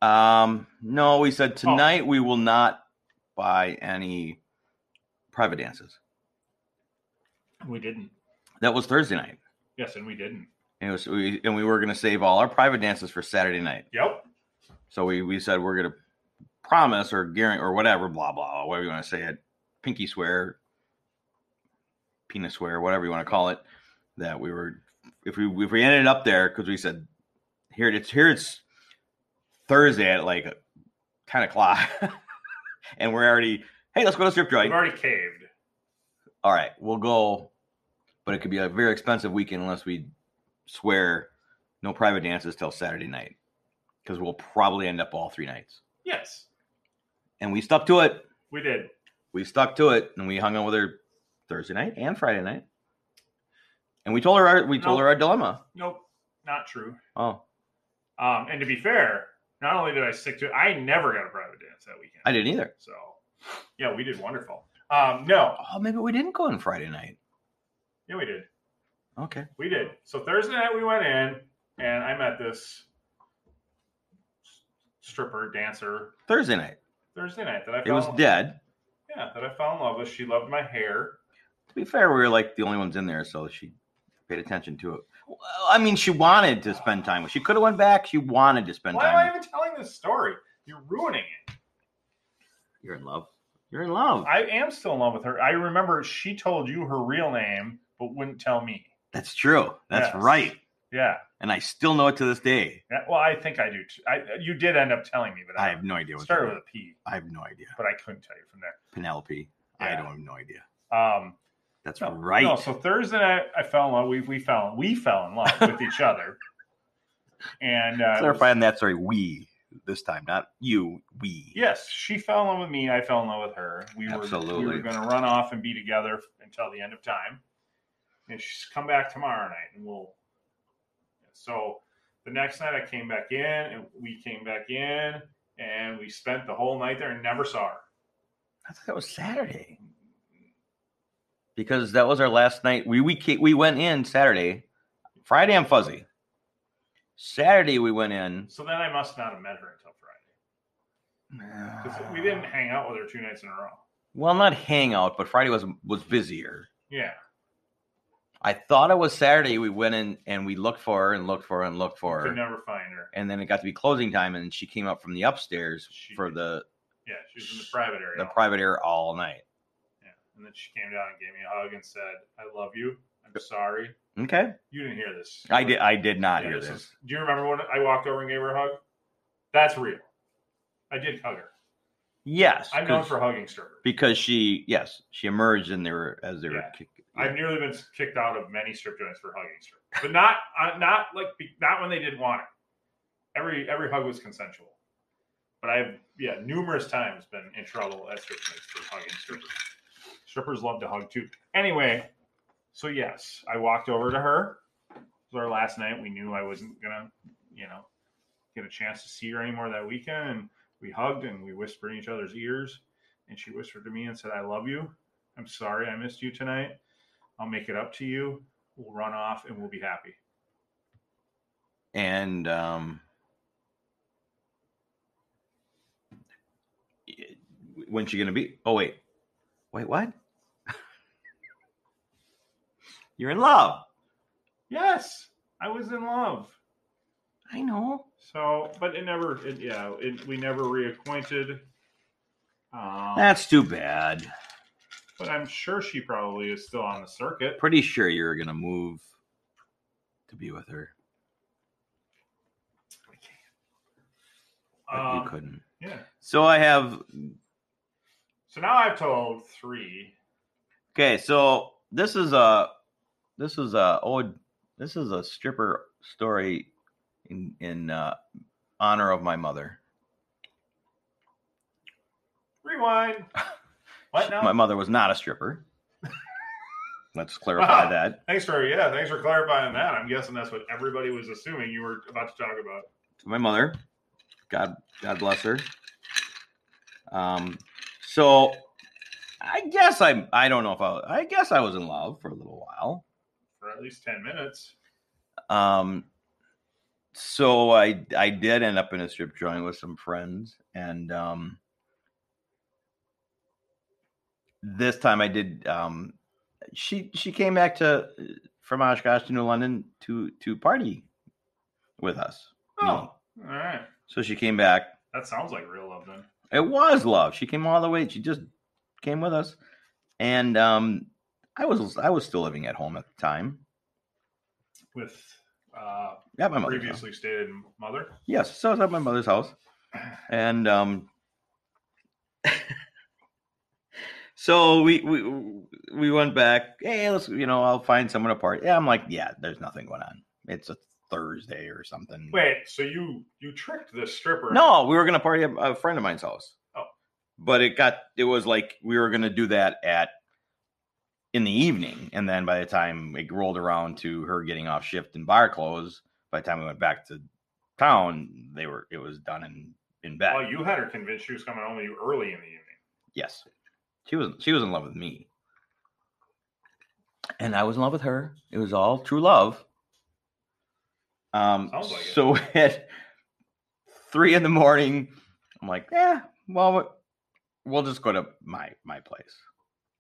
Speaker 2: Um, no, we
Speaker 3: Oh.
Speaker 2: said tonight we will not buy any private dances.
Speaker 3: We didn't.
Speaker 2: That was Thursday night.
Speaker 3: Yes, and we didn't.
Speaker 2: And It was we, and we were going to save all our private dances for Saturday night.
Speaker 3: Yep.
Speaker 2: So we we said we're going to promise or guarantee or whatever, blah blah, whatever you want to say it, pinky swear, penis swear, whatever you want to call it, that we were if we if we ended up there because we said here it's here it's Thursday at like ten o'clock, and we're already hey let's go to strip
Speaker 3: We've
Speaker 2: joint.
Speaker 3: already caved.
Speaker 2: All right, we'll go, but it could be a very expensive weekend unless we swear no private dances till Saturday night because we'll probably end up all three nights.
Speaker 3: Yes,
Speaker 2: And we stuck to it.
Speaker 3: we did.
Speaker 2: we stuck to it and we hung out with her Thursday night and Friday night. And we told her our we told
Speaker 3: No.
Speaker 2: her our dilemma.
Speaker 3: Nope, not true.
Speaker 2: Oh,
Speaker 3: Um, and to be fair, not only did I stick to it, I never got a private dance that weekend.
Speaker 2: I didn't either.
Speaker 3: So, yeah, we did wonderful. Um, no,
Speaker 2: Oh, maybe we didn't go on Friday night.
Speaker 3: yeah, we did.
Speaker 2: Okay.
Speaker 3: We did. So Thursday night we went in, and I met this stripper dancer
Speaker 2: Thursday night.
Speaker 3: Thursday night that I
Speaker 2: It
Speaker 3: fell
Speaker 2: was
Speaker 3: in-
Speaker 2: dead.
Speaker 3: Yeah, that I fell in love with. She loved my hair.
Speaker 2: To be fair, we were like the only ones in there, so she paid attention to it. Well, I mean, she wanted to spend time with. She could have went back. She wanted to spend
Speaker 3: Why
Speaker 2: time.
Speaker 3: am I
Speaker 2: with-
Speaker 3: even telling this story? You're ruining it.
Speaker 2: You're in love. You're in love.
Speaker 3: I am still in love with her. I remember she told you her real name, but wouldn't tell me.
Speaker 2: That's true. That's
Speaker 3: Yes.
Speaker 2: right.
Speaker 3: Yeah.
Speaker 2: And I still know it to this day.
Speaker 3: Yeah, Well, I think I do. Too. I you did end up telling me, but
Speaker 2: I
Speaker 3: I,
Speaker 2: have no idea what.
Speaker 3: started with a P,
Speaker 2: I have no idea.
Speaker 3: but I couldn't tell you from there.
Speaker 2: Penelope. I
Speaker 3: Yeah.
Speaker 2: don't have no idea.
Speaker 3: Um,
Speaker 2: That's
Speaker 3: No,
Speaker 2: right.
Speaker 3: No, so Thursday night I fell in love. We we fell we fell in love with each other. And uh, it was-
Speaker 2: clarifying that sorry we this time, not you, we.
Speaker 3: Yes, she fell in love with me. I fell in love with her. We were we
Speaker 2: Absolutely.
Speaker 3: were going to run off and be together until the end of time, and she's come back tomorrow night, and we'll. So, the next night I came back in, and we came back in, and we spent the whole night there and never saw her.
Speaker 2: I thought that was Saturday because that was our last night. We we ca- we went in Saturday, Friday. I'm fuzzy. Saturday we went in.
Speaker 3: So then I must not have met her until Friday because we
Speaker 2: Ah.
Speaker 3: didn't hang out with her two nights in a row.
Speaker 2: Well, not hang out, but Friday was was busier.
Speaker 3: Yeah,
Speaker 2: I thought it was Saturday. We went in and we looked for her and looked for her and looked for
Speaker 3: could
Speaker 2: her.
Speaker 3: never find her.
Speaker 2: And then it got to be closing time, and she came up from the upstairs
Speaker 3: She-
Speaker 2: for the
Speaker 3: Yeah, she was in the private area.
Speaker 2: the private air all night.
Speaker 3: yeah. And then she came down and gave me a hug and said, "I love you. I'm sorry."
Speaker 2: Okay,
Speaker 3: You didn't hear this.
Speaker 2: I did. I did not
Speaker 3: Yeah,
Speaker 2: hear
Speaker 3: this
Speaker 2: this.
Speaker 3: is- do you remember when I walked over and gave her a hug? That's real. I did hug her.
Speaker 2: Yes,
Speaker 3: I'm known
Speaker 2: 'cause-
Speaker 3: for hugging servers.
Speaker 2: because she yes she emerged and they were as they were
Speaker 3: Yeah.
Speaker 2: kick,
Speaker 3: I've nearly been kicked out of many strip joints for hugging strippers, but not uh, not like be- not when they didn't want it. Every every hug was consensual. But I've yeah numerous times been in trouble at strip joints for hugging strippers. Strippers love to hug too. Anyway, so yes, I walked over to her. It was our last night. We knew I wasn't gonna you know get a chance to see her anymore that weekend, and we hugged and we whispered in each other's ears. And she whispered to me and said, "I love you. I'm sorry I missed you tonight." I'll make it up to you. We'll run off and we'll be happy.
Speaker 2: and um it- when's she gonna be oh wait wait what you're in love
Speaker 3: Yes, I was in love.
Speaker 2: i know
Speaker 3: So, but it never, it, yeah, it, we never reacquainted. Um,
Speaker 2: that's too bad
Speaker 3: but I'm sure she probably is still on the circuit.
Speaker 2: pretty sure you're gonna move to be with her but
Speaker 3: Um,
Speaker 2: you couldn't
Speaker 3: Yeah.
Speaker 2: so i have
Speaker 3: So now I've told three.
Speaker 2: Okay, so this is a this is a old this is a stripper story in in uh, honor of my mother.
Speaker 3: Rewind. What now?
Speaker 2: My mother was not a stripper. Let's clarify
Speaker 3: Wow.
Speaker 2: that.
Speaker 3: thanks for yeah, thanks for clarifying that. I'm guessing that's what everybody was assuming you were about to talk about.
Speaker 2: To my mother, God God bless her. Um, so I guess I I don't know if I I guess I was in love for a little while.
Speaker 3: For at least ten minutes.
Speaker 2: Um, so I I did end up in a strip joint with some friends, and um, this time I did. Um, she she came back to from Oshkosh to New London to to party with us.
Speaker 3: Oh, all right.
Speaker 2: So she came back.
Speaker 3: That sounds like real love then.
Speaker 2: It was love. She came all the way. She just came with us, and um, I was I was still living at home at the time.
Speaker 3: With uh,
Speaker 2: Yeah, my mother.
Speaker 3: previously stated mother.
Speaker 2: Yes, so I was at my mother's house, and um, so we we we went back. Hey, let's you know, I'll find someone to party. Yeah, I'm like, yeah, there's nothing going on. It's a Thursday or something.
Speaker 3: Wait, so you you tricked this stripper?
Speaker 2: no, we were gonna party at a friend of mine's house.
Speaker 3: Oh.
Speaker 2: but it got it was like we were gonna do that at in the evening, and then by the time it rolled around to her getting off shift in bar clothes, by the time we went back to town, they were it was done in in bed.
Speaker 3: Well, you had her convinced she was coming home with you early in the evening.
Speaker 2: Yes. She was she was in love with me. And I was in love with her. It was all true love. Um
Speaker 3: Sounds like it.
Speaker 2: so at three in the morning, I'm like, yeah, well we'll just go to my my place.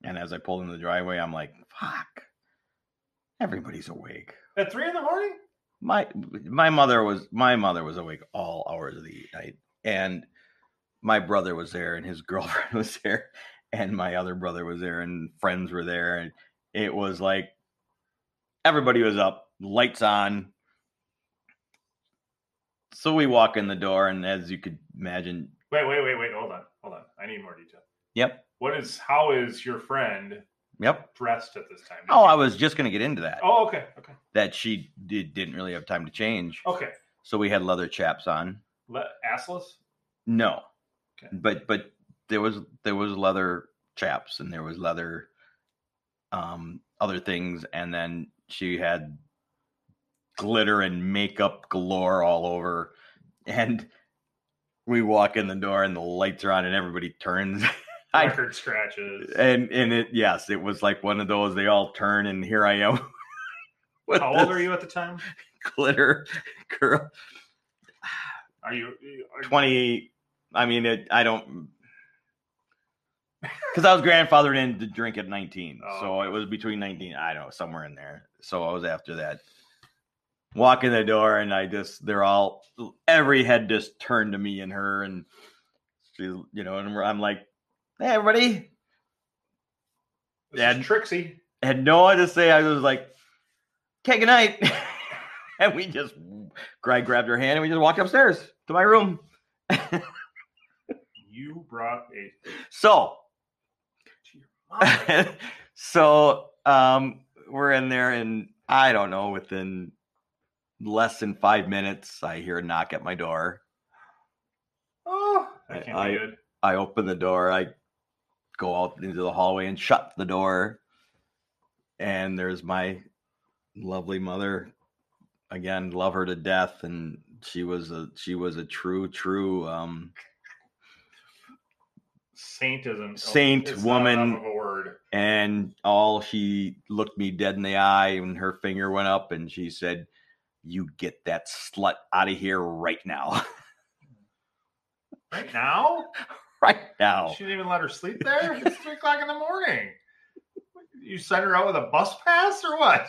Speaker 2: And as I pulled in the driveway, I'm like, fuck. Everybody's awake.
Speaker 3: At three in the morning?
Speaker 2: My my mother was my mother was awake all hours of the night, and my brother was there, and his girlfriend was there, and my other brother was there, and friends were there, and it was like everybody was up, lights on. So we walk in the door, and as you could imagine,
Speaker 3: Wait, wait, wait, wait. Hold on, hold on. I need more detail.
Speaker 2: yep,
Speaker 3: What is? How is your friend
Speaker 2: yep.
Speaker 3: dressed at this time?
Speaker 2: Oh, I was just gonna get into that.
Speaker 3: Oh, okay, okay,
Speaker 2: That she did, didn't really have time to change,
Speaker 3: okay.
Speaker 2: so we had leather chaps on.
Speaker 3: Le- assless?
Speaker 2: No,
Speaker 3: Okay.
Speaker 2: but but there was there was leather chaps and there was leather, um, other things, and then she had glitter and makeup galore all over, and we walk in the door and the lights are on and everybody turns. I
Speaker 3: Record scratches.
Speaker 2: and and it yes, it was like one of those. They all turn and here I am. with
Speaker 3: How old
Speaker 2: this
Speaker 3: are you at the time?
Speaker 2: Glitter girl,
Speaker 3: Are you are,
Speaker 2: twenty. I mean, it, I don't because I was grandfathered in to drink at nineteen,
Speaker 3: Oh,
Speaker 2: so it was between nineteen. I don't know somewhere in there. So I was after that. Walk in the door and I just they're all every head just turned to me and her and she you know and I'm like hey everybody
Speaker 3: This
Speaker 2: Dad?
Speaker 3: is Trixie.
Speaker 2: had no one to say. I was like, okay, good night. and we just, Greg grabbed her hand and we just walked upstairs to my room.
Speaker 3: You brought a
Speaker 2: So,
Speaker 3: to your mom.
Speaker 2: so um, we're in there, and I don't know, within less than five minutes, I hear a knock at my door.
Speaker 3: oh, that can't
Speaker 2: I-
Speaker 3: be good.
Speaker 2: I open the door. I go out into the hallway and shut the door. And there's my lovely mother. Again, love her to death, and she was a she was a true true um,
Speaker 3: Saint isn't
Speaker 2: Saint
Speaker 3: Oh, it's
Speaker 2: woman.
Speaker 3: Not enough of a word.
Speaker 2: and all she looked me dead in the eye and her finger went up and she said you get that slut out of here right now
Speaker 3: Right now,
Speaker 2: right now
Speaker 3: she didn't even let her sleep there. It's three o'clock in the morning. You sent her out with a bus pass or what?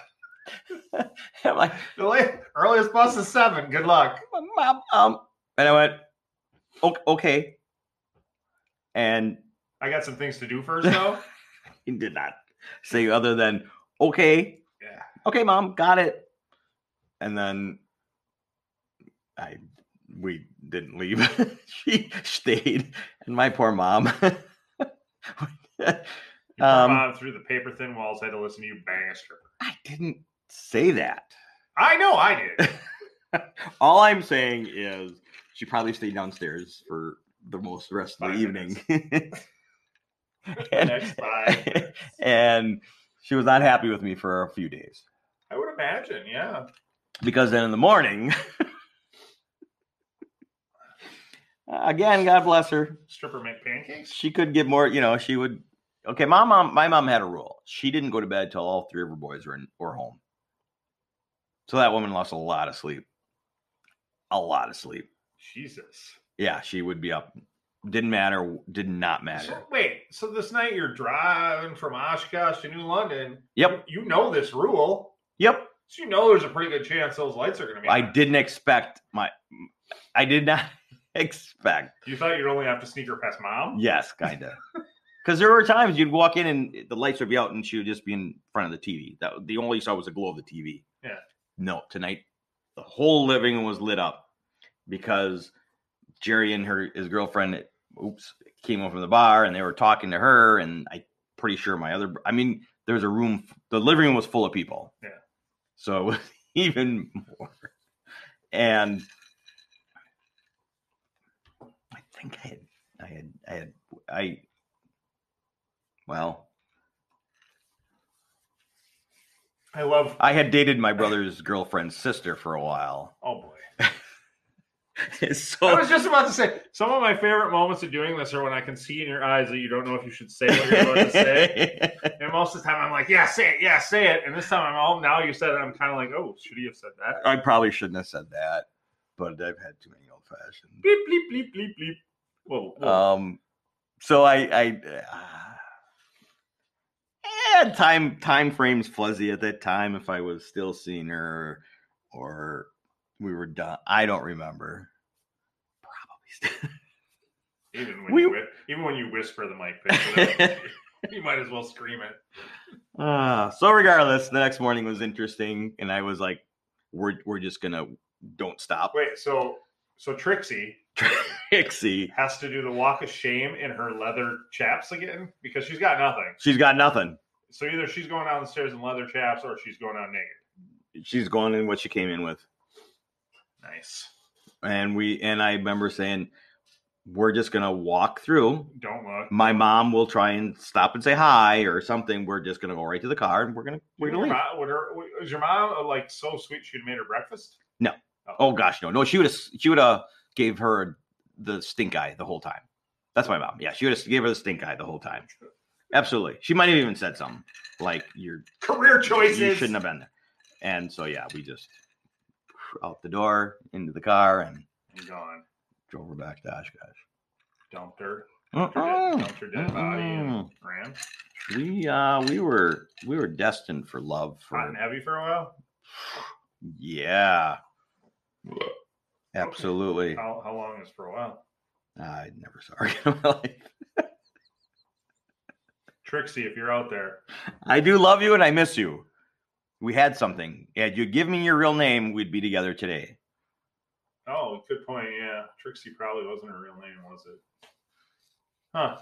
Speaker 2: I'm like
Speaker 3: The late, earliest bus is seven. Good luck.
Speaker 2: mom um and i went "Ok- okay and
Speaker 3: I got some things to do first though.
Speaker 2: he did not say other than okay
Speaker 3: yeah.
Speaker 2: okay mom got it and then i we didn't leave she stayed and my poor mom
Speaker 3: Your
Speaker 2: Um,
Speaker 3: mom through the paper thin walls had to listen to you bang a stripper.
Speaker 2: I didn't say that.
Speaker 3: I know I did.
Speaker 2: All I'm saying is she probably stayed downstairs for the most rest of the
Speaker 3: Five
Speaker 2: evening.
Speaker 3: minutes.
Speaker 2: and,
Speaker 3: Next five minutes.
Speaker 2: and she was not happy with me for a few days
Speaker 3: I would imagine, yeah.
Speaker 2: because then in the morning, again, God bless her,
Speaker 3: Stripper make pancakes?
Speaker 2: she could get more. You know, she would. Okay, my mom, my mom had a rule. She didn't go to bed till all three of her boys were in, were home. So that woman lost a lot of sleep, a lot of sleep.
Speaker 3: Jesus.
Speaker 2: Yeah, she would be up. Didn't matter. Did not matter.
Speaker 3: So, wait, so this night you're driving from Oshkosh to New London.
Speaker 2: Yep.
Speaker 3: You, you know this rule.
Speaker 2: Yep.
Speaker 3: So you know there's a pretty good chance those lights are going to be
Speaker 2: I
Speaker 3: on.
Speaker 2: didn't expect my. I did not expect.
Speaker 3: You thought you'd only have to sneak her past mom?
Speaker 2: Yes, kind of. Because there were times you'd walk in and the lights would be out and she would just be in front of the TV. That the only saw was the glow of the TV.
Speaker 3: Yeah.
Speaker 2: No, tonight the whole living room was lit up because Jerry and her his girlfriend, oops, came home from the bar and they were talking to her and I pretty sure my other I mean there was a room the living room was full of people.
Speaker 3: Yeah.
Speaker 2: So it was even more. And I think I had I had I had I well
Speaker 3: I love.
Speaker 2: I had dated my brother's girlfriend's sister for a while.
Speaker 3: Oh boy. I
Speaker 2: so
Speaker 3: was just about to say some of my favorite moments of doing this are when I can see in your eyes that you don't know if you should say what you're about to say. And most of the time I'm like, yeah, say it, yeah, say it. And this time I'm all now you said it, I'm kind of like, oh, should he have said that?
Speaker 2: I probably shouldn't have said that, but I've had too many old fashioned.
Speaker 3: Bleep, bleep, bleep, bleep, bleep. Whoa, whoa.
Speaker 2: Um, so I, I, uh, eh, time time frames fuzzy at that time. If I was still seeing her, or we were done, I don't remember. Probably.
Speaker 3: even, when
Speaker 2: we-
Speaker 3: you, whi- even when you whisper the mic picks it up, you might as well scream it.
Speaker 2: Still. uh, so regardless, the next morning was interesting, and I was like, "We're we're just gonna don't stop."
Speaker 3: Wait, so so Trixie
Speaker 2: Trixie,
Speaker 3: has to do the walk of shame in her leather chaps again because she's got nothing.
Speaker 2: she's got nothing.
Speaker 3: So either she's going down the stairs in leather chaps or she's going out naked.
Speaker 2: She's going in what she came in with.
Speaker 3: Nice.
Speaker 2: and we and I remember saying, "We're just gonna walk through.
Speaker 3: Don't look.
Speaker 2: My mom will try and stop and say hi or something. We're just gonna go right to the car and we're gonna we're
Speaker 3: Would
Speaker 2: gonna
Speaker 3: your,
Speaker 2: leave."
Speaker 3: mom, would her, would- is your mom uh, like so sweet she'd made her breakfast?
Speaker 2: No. Oh gosh, no, no. She would have she would have gave her the stink eye the whole time. That's my mom. Yeah, she would have gave her the stink eye the whole time. Absolutely. She might have even said something like, "You're
Speaker 3: Career choices.
Speaker 2: You shouldn't have been there. And so yeah, we just out the door into the car and
Speaker 3: I'm gone.
Speaker 2: drove her back to Oshkosh.
Speaker 3: Dumped her. Dumped her, dead,
Speaker 2: Mm-mm.
Speaker 3: dumped her dead body and
Speaker 2: Mm-mm.
Speaker 3: ran.
Speaker 2: We uh we were we were destined for love
Speaker 3: Hot and
Speaker 2: for
Speaker 3: heavy for a while.
Speaker 2: yeah. Absolutely.
Speaker 3: How, how long is for a while?
Speaker 2: I never saw her again in my life.
Speaker 3: Trixie, if you're out there,
Speaker 2: I do love you and I miss you. We had something. Had you give me your real name, we'd be together today.
Speaker 3: Oh, good point. Yeah, Trixie probably wasn't her real name, was it? Huh?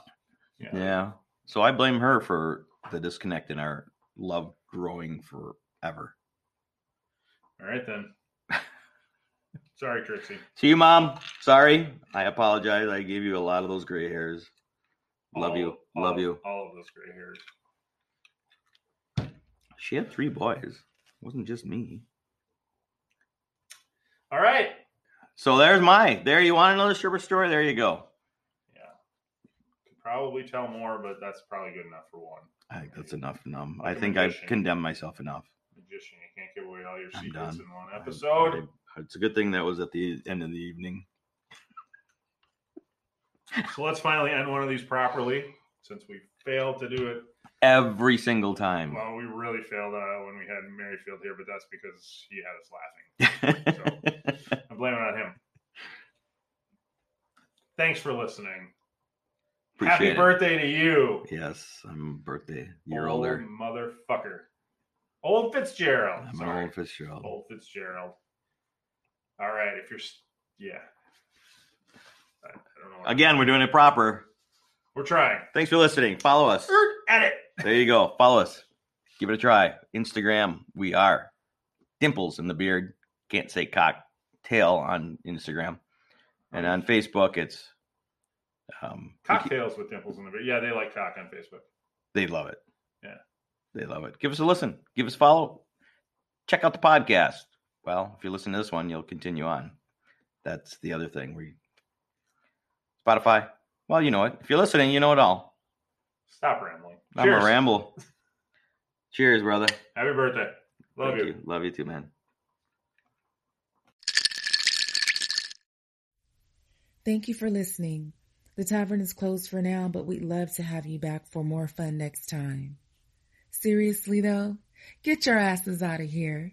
Speaker 3: Yeah.
Speaker 2: Yeah. So I blame her for the disconnect in our love growing forever.
Speaker 3: All right then. Sorry, Trixie.
Speaker 2: To you, mom. Sorry, I apologize. I gave you a lot of those gray hairs. Love
Speaker 3: All-
Speaker 2: you,
Speaker 3: all
Speaker 2: love
Speaker 3: of-
Speaker 2: you.
Speaker 3: All of those gray hairs.
Speaker 2: She had three boys. It wasn't just me.
Speaker 3: All right.
Speaker 2: So there's my. There you want another stripper story? There you go.
Speaker 3: Yeah. Could probably tell more, but that's probably good enough for one
Speaker 2: I think that's enough. Numb. I
Speaker 3: Like a
Speaker 2: think I've
Speaker 3: magician.
Speaker 2: condemned myself enough.
Speaker 3: magician. You can't give away all your
Speaker 2: I'm
Speaker 3: secrets
Speaker 2: done.
Speaker 3: in one
Speaker 2: I-
Speaker 3: episode.
Speaker 2: I- it's a good thing that was at the end of the evening.
Speaker 3: So let's finally end one of these properly, since we failed to do it.
Speaker 2: Every single time.
Speaker 3: Well, we really failed uh, when we had Merrifield here, but that's because he had us laughing. I blame it on him. Thanks for listening. Happy
Speaker 2: Appreciate it.
Speaker 3: birthday to you.
Speaker 2: Yes, I'm a birthday
Speaker 3: Oh,
Speaker 2: year older.
Speaker 3: Motherfucker. Old Fitzgerald.
Speaker 2: I'm an
Speaker 3: Sorry. Oh.
Speaker 2: old Fitzgerald.
Speaker 3: Old Fitzgerald. All right. If you're, s- yeah. I, I don't know. what-
Speaker 2: Again, we're doing it proper.
Speaker 3: We're trying.
Speaker 2: Thanks for listening. Follow us.
Speaker 3: Edit.
Speaker 2: There you go. Follow us. Give it a try. Instagram, we are Dimples in the Beard. Can't say cocktail on Instagram. And on Facebook, it's um
Speaker 3: Cocktails with dimples in the beard. Yeah, they like cock on Facebook.
Speaker 2: they love it.
Speaker 3: Yeah.
Speaker 2: They love it. Give us a listen. Give us a follow. Check out the podcast. Well, if you listen to this one, you'll continue on. That's the other thing. We Spotify. Well, you know it. If you're listening, you know it all.
Speaker 3: Stop rambling.
Speaker 2: I'm a ramble. Cheers, brother.
Speaker 3: Happy birthday. Love
Speaker 2: Thank
Speaker 3: you.
Speaker 2: you. Love you too, man.
Speaker 5: Thank you for listening. The tavern is closed for now, but we'd love to have you back for more fun next time. Seriously though, get your asses out of here.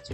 Speaker 1: So